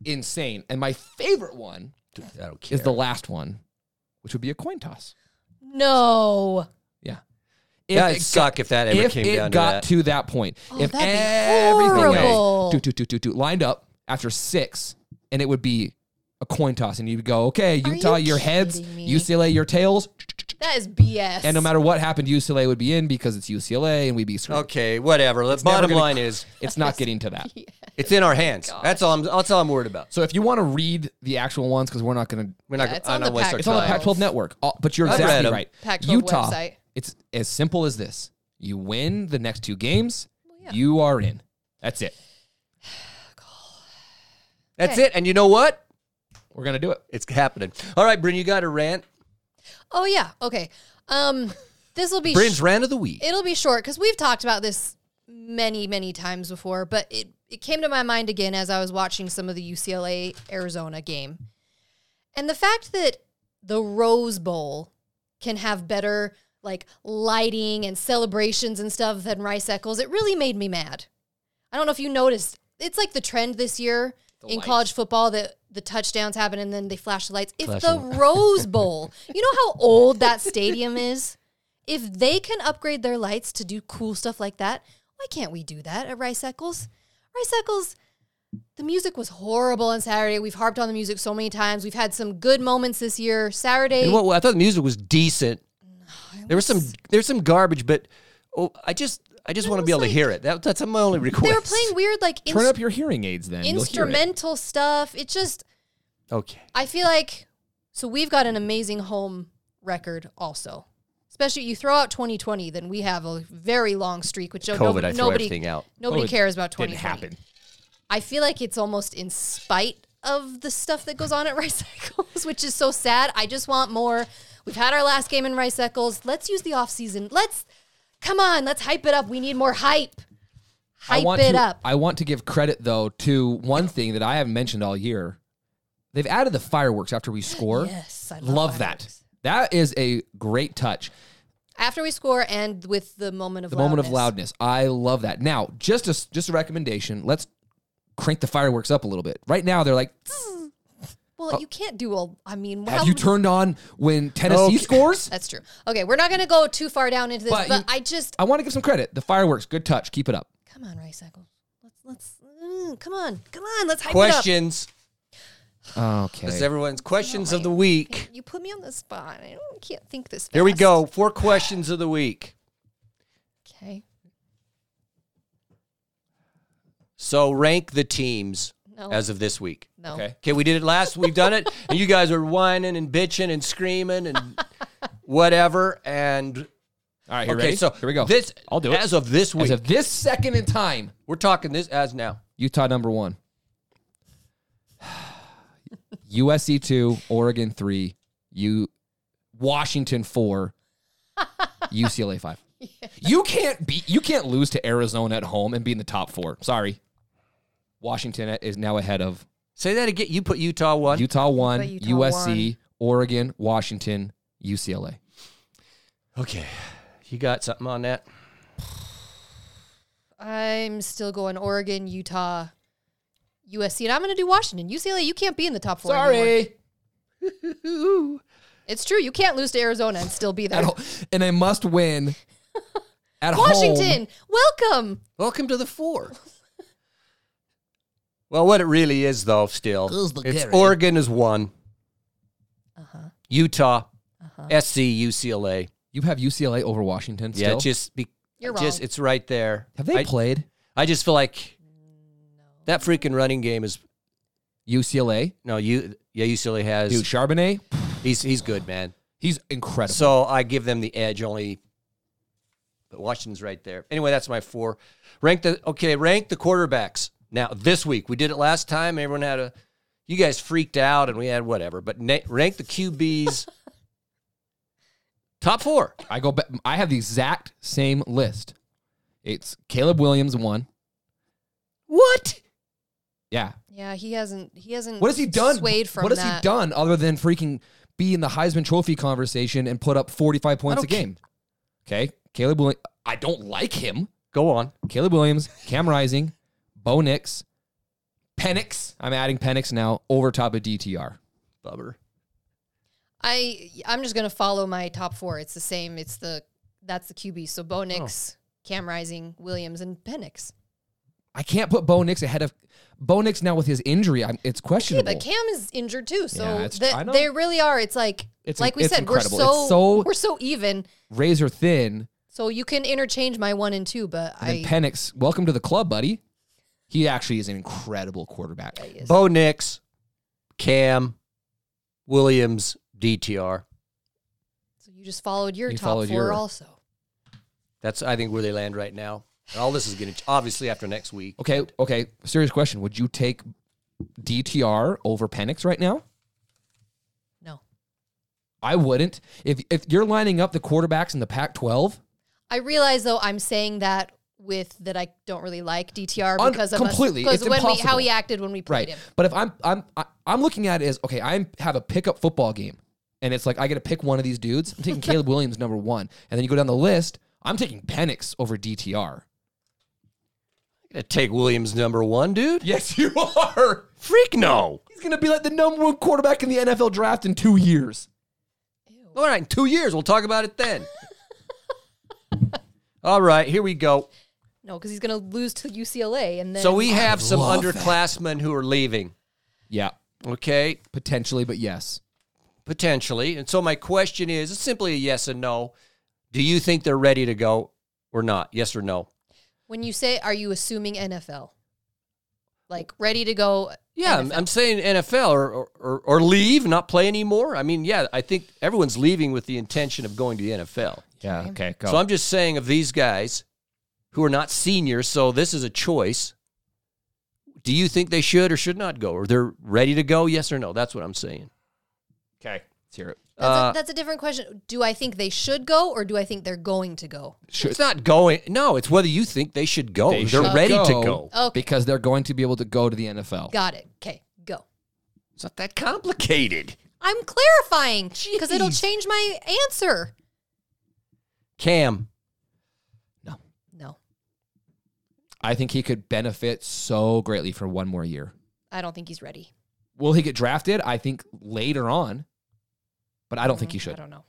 insane. And my favorite one Dude, I don't care. is the last one, which would be a coin toss. No. Yeah. yeah, If it'd it suck if that ever if came it down got to to that point, Oh, if that'd be everything horrible. else do, do, do, do, do, lined up after six, and it would be a coin toss, and you'd go, okay, Are Utah, you your heads, kidding me? UCLA, your tails, That is BS. and no matter what happened, UCLA would be in because it's UCLA, and we'd be that. screwed. Okay, whatever. The never bottom gonna- line is It's not getting to that. it's in our hands. That's all. I'm, that's all I'm worried about. So if you want to read the actual ones, because we're not going to, We're not. Yeah, it's I on don't the waste our pack. it's on the time. Pac-12 network. Oh, but you're I've read exactly 'em. right. Pac-12 Utah, website. it's as simple as this: you win the next two games, you are in. That's it. That's it. And you know what? We're gonna do it. It's happening. All right, Bryn, you got a rant. Oh yeah. Okay. Um, this will be Bryn's rant of the week. it'll be short because we've talked about this many many times before but it, it came to my mind again as i was watching some of the ucla arizona game and the fact that the rose bowl can have better like lighting and celebrations and stuff than rice eccles it really made me mad i don't know if you noticed it's like the trend this year in lights. college football that the touchdowns happen and then they flash the lights if the Flashing. rose bowl you know how old that stadium is if they can upgrade their lights to do cool stuff like that, why can't we do that at Rice Eccles? Rice Eccles, the music was horrible on Saturday. We've harped on the music so many times. We've had some good moments this year. Saturday, And what, I thought the music was decent. There was some there's some garbage, but oh, I just I just want to be was able to like- hear it. That, that's my only request. they were playing weird, like Turn inst- up your hearing aids then. You'll hear it. instrumental stuff. It just, Okay. I feel like, so we've got an amazing home record also. Especially you throw out 2020, then we have a very long streak, which oh, COVID, nobody, I throw nobody, everything out. nobody COVID cares about Oh, 2020. Didn't happen. I feel like it's almost in spite of the stuff that goes on at Rice Eccles, which is so sad. I just want more. We've had our last game in Rice Eccles. Let's use the off season. Let's come on. Let's hype it up. We need more hype. Hype I want it to, up. I want to give credit though to one thing that I haven't mentioned all year. They've added the fireworks after we score. yes, I love love, that. That is a great touch. that. After we score and with the moment of The moment of loudness. I love that. Now, just a just a recommendation. Let's crank the fireworks up a little bit. Right now, they're like, Well, you can't do all. I mean, Uh, "Have how- you turned on when Tennessee Okay. scores?" That's true. Okay, we're not going to go too far down into this, But but, you- I just I want to give some credit. The fireworks, good touch. Keep it up. come on, Rice Eccles. Let's let's mm, come on, come on. Let's hype it Questions. This is Okay. everyone's questions of the week. up. You put me on the spot. I don't- can't think this. Here we fast. go. Four questions of the week. Okay. So rank the teams No. as of this week. No. Okay. Okay, we did it last. We've done it, and you guys are whining and bitching and screaming and whatever. And All right. Here, okay, ready? so here we go. This I'll do it. as of this week. As of this second in time, we're talking this as now. Utah number one. USC two, Oregon three, U Washington four, UCLA five. You can't beat you can't lose to Arizona at home and be in the top four. Sorry. Washington is now ahead of Say that again. You put Utah one. Utah one, But Utah USC, Oregon, Washington, UCLA. okay, you got something on that? I'm still going Oregon, Utah, USC, and I'm going to do Washington. UCLA, you can't be in the top four. anymore. Sorry. It's true. You can't lose to Arizona and still be At there. ho- and I must win at home. Washington, welcome. Welcome to the four. well, what it really is, though, still, Who's the Uh-huh. it's Gary? Oregon is one, Utah, Uh-huh. SC, UCLA. You have UCLA over Washington still? Yeah, just be, You're just wrong. it's right there. have they I, played? I just feel like that freaking running game is UCLA. no you. Yeah, UCLA has Dude, Charbonnet, he's he's good, man. he's incredible. So I give them the edge only. But Washington's right there. Anyway, that's my four. Rank the okay. Rank the quarterbacks now. This week we did it last time. Everyone had a. You guys freaked out and we had whatever. But na- rank the QBs. top four. I go back. I have the exact same list. It's Caleb Williams one, What? Yeah. Yeah, he hasn't. He hasn't. What has he done? Swayed from what has that. he done other than freaking be in the Heisman Trophy conversation and put up 45 points a don't ca- game? Okay. Caleb Williams. I don't like him. Go on. Caleb Williams, Cam Rising, Bo Nix, Penix. I'm adding Penix now over top of DTR. Bubber. I I'm just gonna follow my top four. It's the same. It's the that's the QB. So Oh. Bo Nix, Cam Rising, Williams, and Penix. I can't put Bo Nix ahead of Bo Nix now with his injury. I'm, it's Yeah, questionable. but Cam is injured too. So Yeah, it's- the- I know. they really are. It's like It's like in- we it's said, incredible. we're It's so, so- we're so even. Razor thin. So you can interchange my one and two, but I And Penix, welcome to the club, buddy. He actually is an incredible quarterback. Bo Nix, Cam, Williams, DTR. so you just followed your You top followed four your- also. That's I think where they land right now. And all this is going to obviously after next week. Okay, okay. Serious question. Would you take DTR over Penix right now? No, I wouldn't. If if you're lining up the quarterbacks in the Pac-12, I realize though I'm saying that with that I don't really like DTR Un- because of us- completely. because It's when we how impossible. he acted when we played right? him. But if I'm I'm I- I'm looking at it as okay, I have a pickup football game, and it's like I got to pick one of these dudes. I'm taking Caleb Williams number one, and then you go down the list. I'm taking Penix over DTR. Gonna take Williams number one, dude. Yes, you are. Freak no. He's gonna be like the number one quarterback in the NFL draft in two years. All right, in two years we'll talk about it then. all right, here we go. No, because he's gonna lose to UCLA and then So we have some love that. underclassmen who are leaving. Yeah, Okay, potentially, but yes. potentially. And so my question is, it's simply a yes and no. Do you think they're ready to go or not? Yes or no? when you say are you assuming NFL, like ready to go? Yeah, I'm, I'm saying NFL or, or- or or leave, not play anymore. I mean, yeah, I think everyone's leaving with the intention of going to the NFL. Yeah. Okay. Go. So I'm just saying of these guys who are not seniors, so this is a choice. Do you think they should or should not go, or they're ready to go? Yes or no? That's what I'm saying. okay. Let's hear it. That's, a, that's a different question. Do I think they should go or do I think they're going to go? It's not going. No, it's whether you think they should Oh, go. They are ready to go. Okay. because they're going to be able to go to the NFL. Got it. Okay, go. It's not that complicated. I'm clarifying because it'll Jeez. change my answer. Cam, No, No, I think he could benefit so greatly for one more year. I don't think he's ready. Will he get drafted? I think later on, but I don't think he Mm, I should. don't know.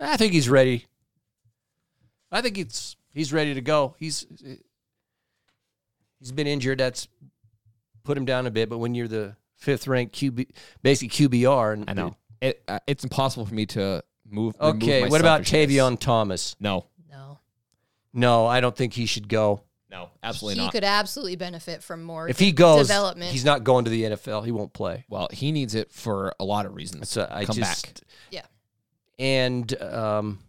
I think he's ready. I think it's he's ready to go. He's he's been injured. That's put him down a bit. But when you're the fifth ranked QB, basically QBR, and I know it. Uh, it's impossible for me to move. remove Okay, my what about selfishness. Tavion Thomas? No, No, No, I don't think he should go. no, absolutely he not. could absolutely benefit from more. If he goes, development. he's not going to the NFL. He won't play. well, he needs it for a lot of reasons. So I Come just back. yeah, and um,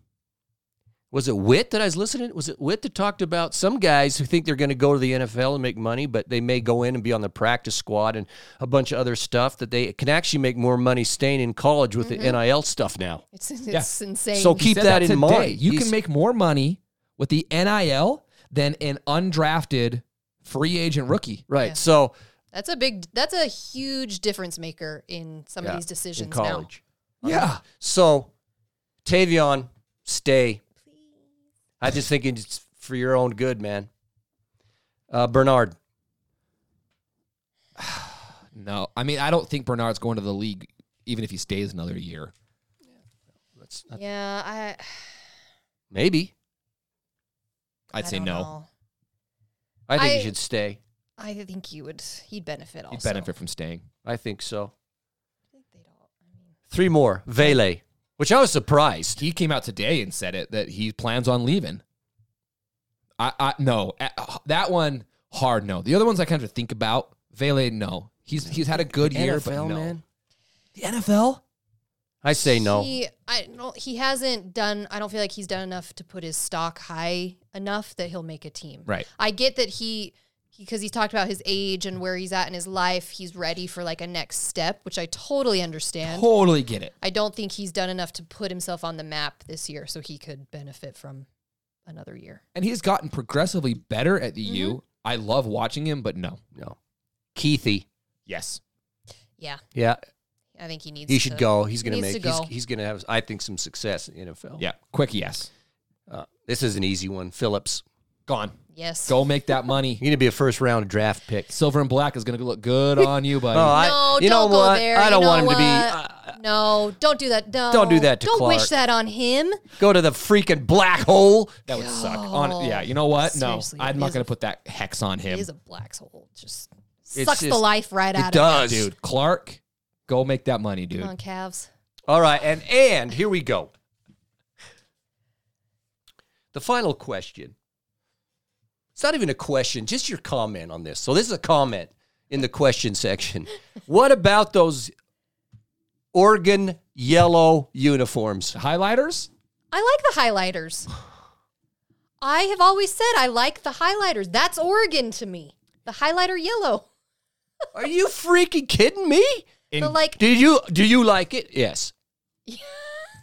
was it Witt that I was listening? Was it Witt that talked about some guys who think they're going to go to the NFL and make money, but they may go in and be on the practice squad and a bunch of other stuff that they can actually make more money staying in college with Mm-hmm. the NIL stuff now. it's it's insane. So keep Said that, in today. mind. You He's- can make more money with the NIL than an undrafted free agent rookie. right. Yeah. So that's a big. That's a huge difference maker in some Yeah, of these decisions in college. Yeah. So, Tavion, stay. I just think it's for your own good, man. Uh, Bernard, No, I mean, I don't think Bernard's going to the league, even if he stays another year. that's now. Yeah, I. uh, maybe. I'd I say don't no. know. I think I- you should stay. I think he would. He'd benefit also. He'd benefit from staying. I think so. I think they'd all- Three more. Vele, which I was surprised. He came out today and said it that he plans on leaving. I, I no A- uh, that one hard no. The other ones I kind of think about. Vele no. He's he's had a good year, but no. The NFL. I say no. He, I don't. He hasn't done. I don't feel like he's done enough to put his stock high enough that he'll make a team. Right. I get that he, because he's talked about his age and where he's at in his life. He's ready for like a next step, which I totally understand. Totally get it. I don't think he's done enough to put himself on the map this year, so he could benefit from another year. And he's gotten progressively better at the U I love watching him, but no. No. Keithy. Yes. Yeah, Yeah. I think he needs. He should to- go. He's going to needs make, to he's, go. he's going to have, I think, some success in the NFL. Yeah. Quick yes. Uh, this is an easy one. Phillips. Gone. Yes. Go make that money. You're going to be a first round draft pick. Silver and black is going to look good on you, buddy. Oh, I- No, you don't know go what? there. I You don't know want him to be. what? uh, No, don't do that. No, Don't do that to Don't wish Clark. that on him. go to the freaking black hole. that would suck. On, yeah, you know what? Seriously, no, I'm it not is- going to put that hex on him. He is a black hole. Just It's sucks the just- life right out It of does, dude, Clark, go make that money, him. dude. Come on, Cavs. All right, and and here we go. The final question. It's not even a question, just your comment on this. So this is a comment in the question section. What about those Oregon yellow uniforms? Highlighters? I like the highlighters. I have always said I like the highlighters. That's Oregon to me. The highlighter yellow. Are you freaking kidding me? The like Do you do you like it? Yes.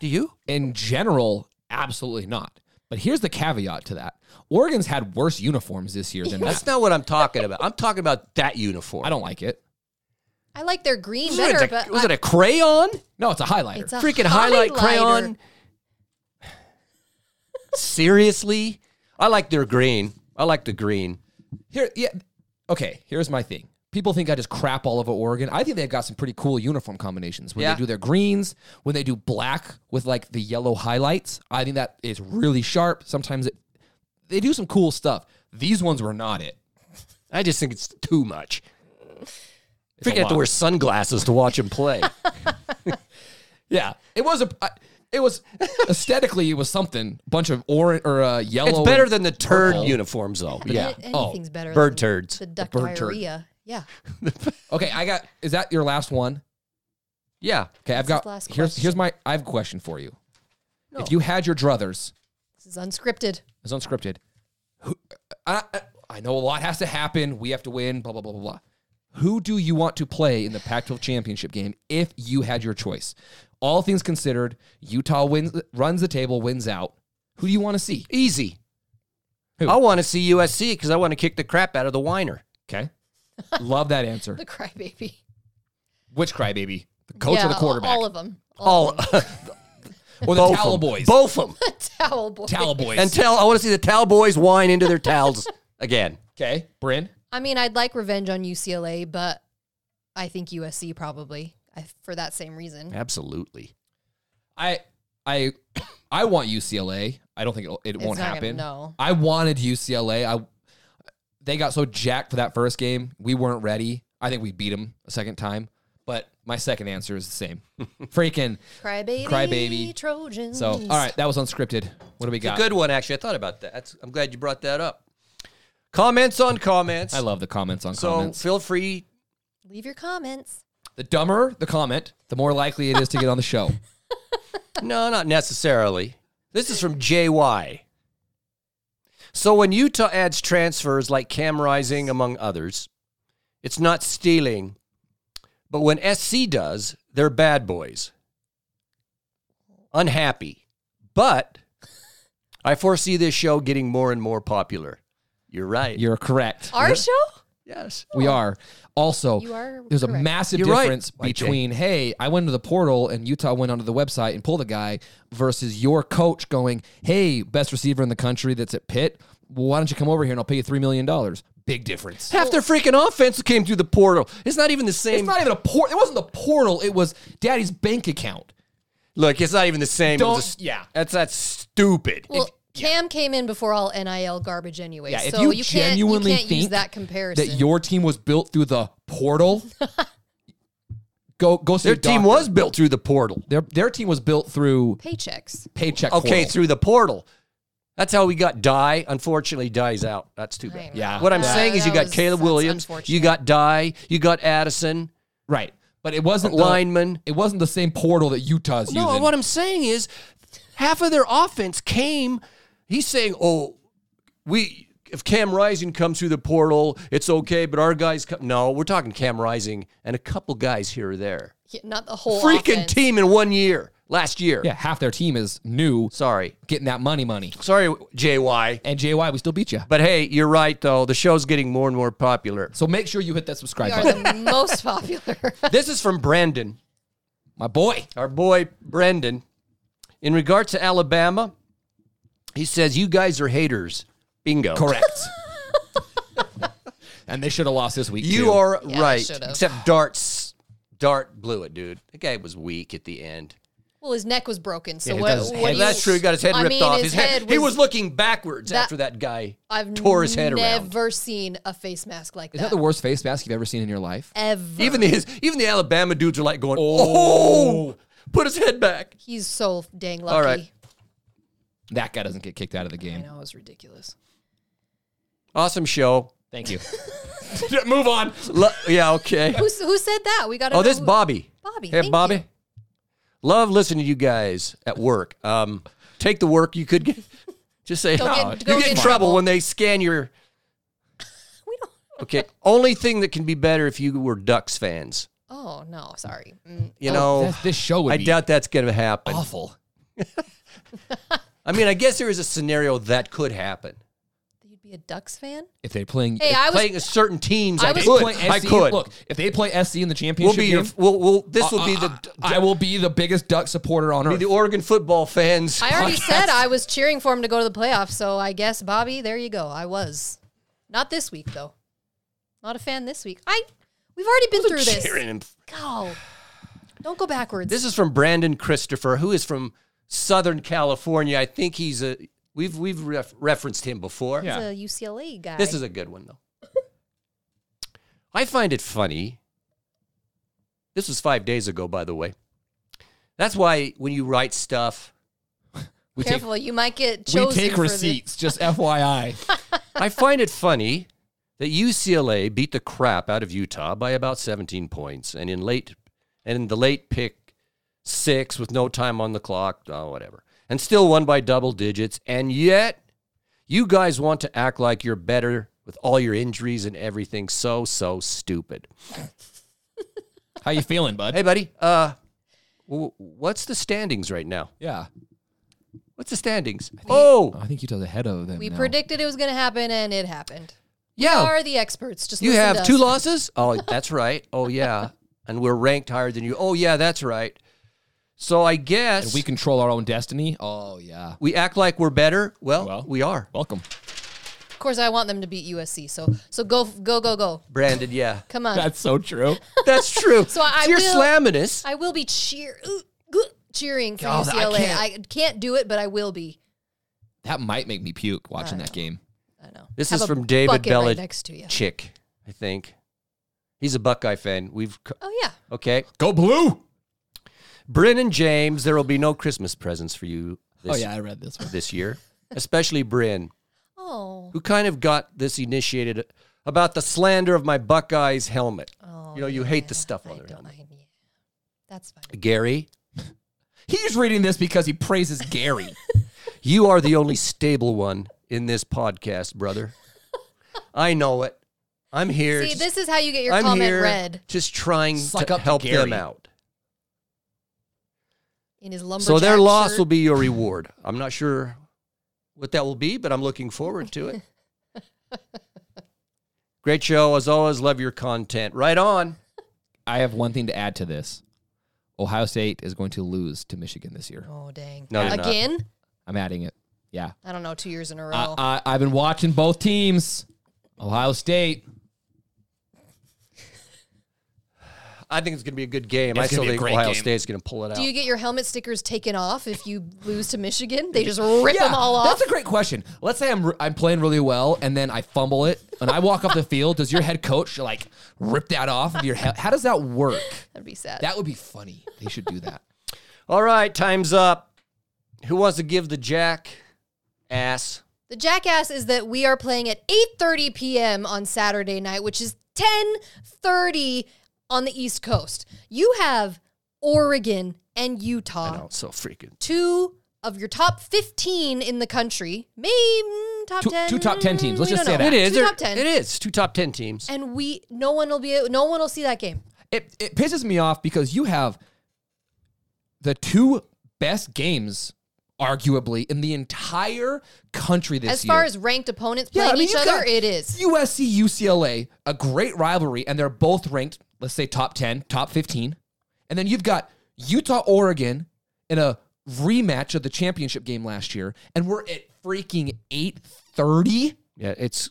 Do you? In general, absolutely not. But here's the caveat to that. Oregon's had worse uniforms this year than That's that. not what I'm talking about. I'm talking about that uniform. I don't like it. I like their green was better, it, but a, was I- it a crayon? No, it's a highlighter. It's a freaking highlight highlighter. crayon. Seriously? I like their green. I like the green. Here, yeah. Okay, here's my thing. People think I just crap all over Oregon. I think they've got some pretty cool uniform combinations. When Yeah. they do their greens, when they do black with like the yellow highlights, I think that is really sharp. Sometimes it, they do some cool stuff. These ones were not it. I just think it's too much. a Freaking have to lot. wear sunglasses to watch him play. Yeah, it was a. I- It was aesthetically, it was something. Bunch of orange or uh, yellow. it's better and- than the turd Purple. uniforms, though. Any- Yeah. Oh, anything's better. Bird than turds. The duck bird turd. diarrhea. Yeah. Okay, I got. Is that your last one? Yeah. Okay, I've This is got. the last here's question. here's my. I have a question for you. If you had your druthers, This is unscripted. It's unscripted. Who, I, I- I know a lot has to happen. We have to win. Blah blah blah blah blah. Who do you want to play in the Pac-12 championship game if you had your choice? All things considered, Utah wins, runs the table, wins out. Who do you want to see? Easy. Who? I want to see USC because I want to kick the crap out of the whiner. Okay, love that answer. The crybaby. Which crybaby? The coach yeah, or the quarterback? All of them. All or the both towel of 'em. boys? Both of them. the towel boy. Towel boys. And tell I want to see the towel boys whine into their towels again. okay, Bryn. I mean, I'd like revenge on UCLA, but I think USC probably I, for that same reason. Absolutely. I I I want UCLA. I don't think it'll, it won't not gonna- happen. no. I wanted UCLA. I they got so jacked for that first game. We weren't ready. I think we beat them a second time. But my second answer is the same. Freaking. Crybaby. Crybaby. Trojans. So, all right, that was unscripted. What do we got? Good one, actually. I thought about that. That's, I'm glad you brought that up. Comments on comments. I love the comments on so comments. feel free. Leave your comments. The dumber the comment, the more likely it is to get on the show. No, not necessarily. This is from JY. So when Utah adds transfers like Cam Rising, among others, it's not stealing. But when SC does, they're bad boys. Unhappy. But I foresee this show getting more and more popular. You're right. You're correct. Our show? yes. We are. Also, Oh. You are there's a correct. massive You're right, difference YJ. between, hey, I went to the portal and Utah went onto the website and pulled a guy versus your coach going, hey, best receiver in the country that's at Pitt, why don't you come over here and I'll pay you $3 million? Big difference. Half their freaking offense came through the portal. It's not even the same. It's not even a port. It wasn't the portal. It was daddy's bank account. Look, it's not even the same. It was Don't- a st- yeah. that's that's stupid. Well, Cam came in before all NIL garbage anyway. Yeah, if so you, you, can't, you genuinely can't think use that comparison. that your team was built through the portal, go go see Their a team doctor. was built through the portal. their their team was built through paychecks. paycheck. Okay, portal. through the portal. That's how we got Die. Unfortunately, Die's out. That's too bad. Right. Yeah. What I'm Yeah, saying is, you that got was- Caleb that's Williams, you unfortunate. got Die, you got Addison, Right. But it wasn't the, lineman. It wasn't the same portal that Utah's No, using. what I'm saying is, half of their offense came. He's saying, "Oh, we if Cam Rising comes through the portal, it's okay." But our guys, come. no, we're talking Cam Rising and a couple guys here or there. Yeah, Not the whole freaking offense. team in one year. last year. Yeah, half their team is new, Sorry. getting that money, money. Sorry, JY. And JY, we still beat you. But hey, you're right, though. The show's getting more and more popular. So make sure you hit that subscribe We are button, the most popular. This is from Brandon. my boy. our boy Brendan, in regards to Alabama, he says you guys are haters. Bingo. Correct. and they should have lost this week. You too. are Yeah, right. should've. Except darts. Dart blew it, dude. The guy was weak at the end. well, his neck was broken. So Yeah, what? his what head- do you- That's true. He got his head I ripped mean, off. His, head. he was looking backwards That- after that guy I've tore his head around. Never seen a face mask like Is that that. the worst face mask you've ever seen in your life? ever. Even the even the Alabama dudes are like going, "Oh, put his head back." He's so dang lucky. All right. That guy doesn't get kicked out of the I game. know it was ridiculous. Awesome show. Thank you. Move on. Lo- yeah, okay. Who, who said that? We got. Oh, this Bobby. Bobby, Hey, thank Bobby. you. Love listening to you guys at work. Um, take the work you could get. Just say, Don't No, get, you don't get in trouble when they scan your. We don't. Okay. Only thing that can be better if you were Ducks fans. Oh no, sorry. Mm. You know, Oh, this show would I be doubt that's going to happen. awful. I mean, I guess there is a scenario that could happen. You'd be a Ducks fan. If they're playing, Hey, if I was. Playing a certain teams, I, was- could. they play I SC could. Look, if they play SC in the championship we'll be your. game, We'll, we'll, this will be I- the uh, I will be the biggest duck supporter on be earth. the Oregon football fans. I already podcast. said I was cheering for him to go to the playoffs. So I guess Bobby, there you go. I was. Not this week though. Not a fan this week. I. We've already been through this. Cheering him. Go. Don't go backwards. This is from Brandon Christopher, who is from Southern California. I think he's a we've we've ref- referenced him before. Yeah. a UCLA guy. This is a good one though. I find it funny. This was 5 days ago by the way. That's why when you write stuff, we take, careful. you might get we chosen. take for the- receipts. Just FYI. I find it funny that UCLA beat the crap out of Utah by about 17 points and in late and in the late pick 6 with no time on the clock, oh whatever. And still won by double digits and yet you guys want to act like you're better with all your injuries and everything so so stupid. How you feeling, bud? Hey buddy, uh w- what's the standings right now? Yeah, What's the standings? Oh, I think Utah's ahead of them. we now. predicted it was going to happen, and it happened. We yeah. are the experts. Just Oh. You listen to have us. two losses? Oh, that's right. Oh yeah. And we're ranked higher than you. Oh yeah, that's right. So I guess And we control our own destiny. Oh yeah. we act like we're better. Well, Well. we are. Welcome. Of course, I want them to beat USC. So so go go go go. Brandon, yeah. Come on. That's so true. That's true. So I you're will- slamming us. I will be cheer ooh, ooh, cheering for God, I UCLA. I can't. can't. do it, but I will be. That might make me puke watching that game. I know. This Have is a from David bucket right Belich- next to you. Chick, I think. He's a Buckeye fan. We've c- Oh yeah. okay. Go blue. Brennan James, there will be no Christmas presents for you this Oh yeah, I read this one. this year, especially Bryn. Oh. who kind of got this initiated about the slander of my Buckeyes helmet. oh you know, you hate the stuff on their Don't helmet. mind. Yeah. That's fine. Gary, He's reading this because he praises Gary. you are the only stable one in this podcast, brother. I know it. I'm here. See, this is how you get your I'm comment here read just trying Suck to up to help them Gary. out. in his lumberjack. So their loss shirt. will be your reward. I'm not sure what that will be, but I'm looking forward to it. Great show as always. Love your content. Right on. I have one thing to add to this. Ohio State is going to lose to Michigan this year. Oh dang. No, they're not. Again? I'm adding it. Yeah. I don't know. Two years in a row. Uh, I, I, I've been watching both teams. Ohio State. I think it's going to be a good game. I gonna still be a think great Ohio game. State's going to pull it out. Do you get your helmet stickers taken off if you lose to Michigan? They just rip them all That's off. a great question. Let's say I'm I'm playing really well and then I fumble it and I walk off the field. Does your head coach like rip that off of your head? How does that work? That'd be sad. That would be funny. They should do that. All right, time's up. Who wants to give the jack ass? the jackass is that we are playing at 8:30 p.m. on Saturday night, which is 10:30 on the East Coast. You have Oregon and I Utah, know, so freaking. two of your top 15 in the country, maybe mm, top Two- 10. two top 10 teams. Let's we just don't say know. that. It is. two They're- top 10. It is two top ten teams. And we, no one will be, no one will see that game. It it pisses me off because you have the two best games, arguably, in the entire country this As year. far as ranked opponents Yeah, playing I mean, each you've other, got it is. USC UCLA, a great rivalry, and they're both ranked, let's say top 10, top 15. And then you've got Utah Oregon in a rematch of the championship game last year, and we're at freaking 830. Yeah, it's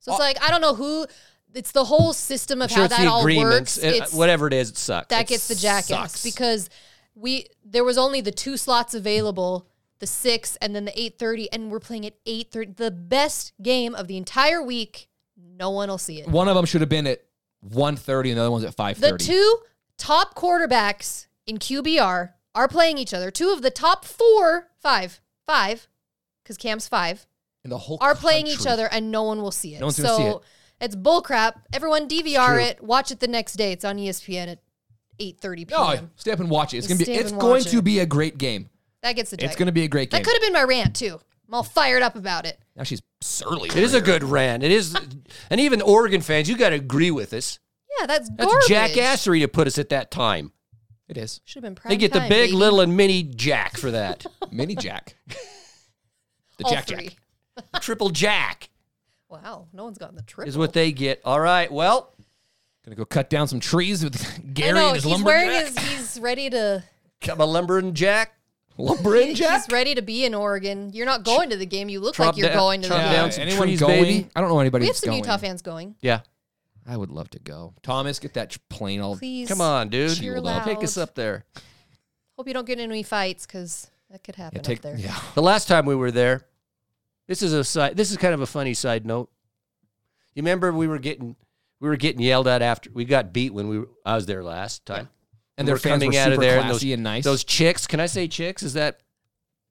So it's like I don't know who. It's the whole system of Uh, sure how it's that the all agreements, works. It- it's whatever it is. It sucks. that It gets the jackass sucks. because we there was only the two slots available, the six and then the eight thirty, and we're playing at eight thirty. The best game of the entire week. No one will see it. One of them should have been at 130, and the other one's at The 530. two top quarterbacks in QBR are playing each other. Two of the top four, five, five, because Cam's five, in the whole are playing each country. other, and no one will see it. No one's so gonna see it's bullcrap. Everyone DVR true. it. Watch it the next day. It's on E ESPN at eight thirty p.m. No, Oh, stay up and watch it. It's gonna be. Stay up It's and going watch to it. be a great game. That gets the. It's jacket. gonna be a great game. That could have been my rant too. I'm all fired up about it. now she's surly. it is a good rant. It is, and even Oregon fans, you got to agree with us. Yeah, that's That's garbage. jackassery to put us at that time. It is Should have been prime They get the time, big, baby. little, and mini jack for that. mini Jack. The All Jack three. Jack. Triple jack Wow, no one's gotten the triple. is what they get. All right. Well, Gonna go cut down some trees with Gary I know and his he's wearing lumberjack. his. He's ready to. come a lumbering jack. Lumbering Jack. He's ready to be in Oregon. You're not going to the game. You look Trump like you're down- going to the Trump game. down some trees, going? baby. I don't know anybody. We have that's some going. Utah fans going. Yeah. I would love to go. Thomas, get that plane all. Please, Come on, dude. cheer Take us loud. up there. Hope you don't get into any fights because that could happen Yeah, take up there. yeah. The last time we were there, this is a side. This is kind of a funny side note. You remember we were getting we were getting yelled at after we got beat when we were, I was there last time. And their we're fans coming were out of super there and classy and nice. Those chicks, can I say chicks? Is that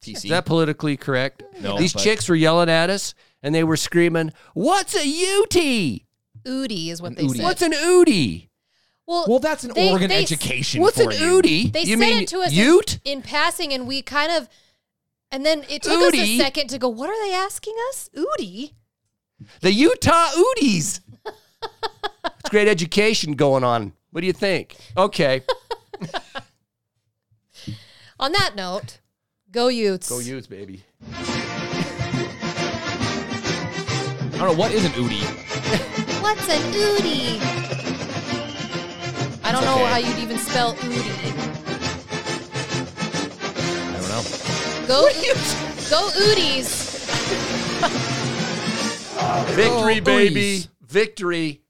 TC. is that politically correct? No, These but- chicks were yelling at us and they were screaming, "What's a UT? Udi is what An they Udi. said. What's an UDI? well, that's an they- Oregon they- education. What's an for you. UDI? They you said mean it to us in- Ute? in passing, and we kind of, and then it took us a Udi. second to go. What are they asking us? Udi. The Utah Udies. it's great education going on. What do you think? Okay, On that note, go Utes. go Utes, baby. I don't know what is an Udi. What's an Udi? I don't know okay. how you'd even spell Udi. I don't know. Go, go Udis. Victory, Oh, baby. Udies. Victory.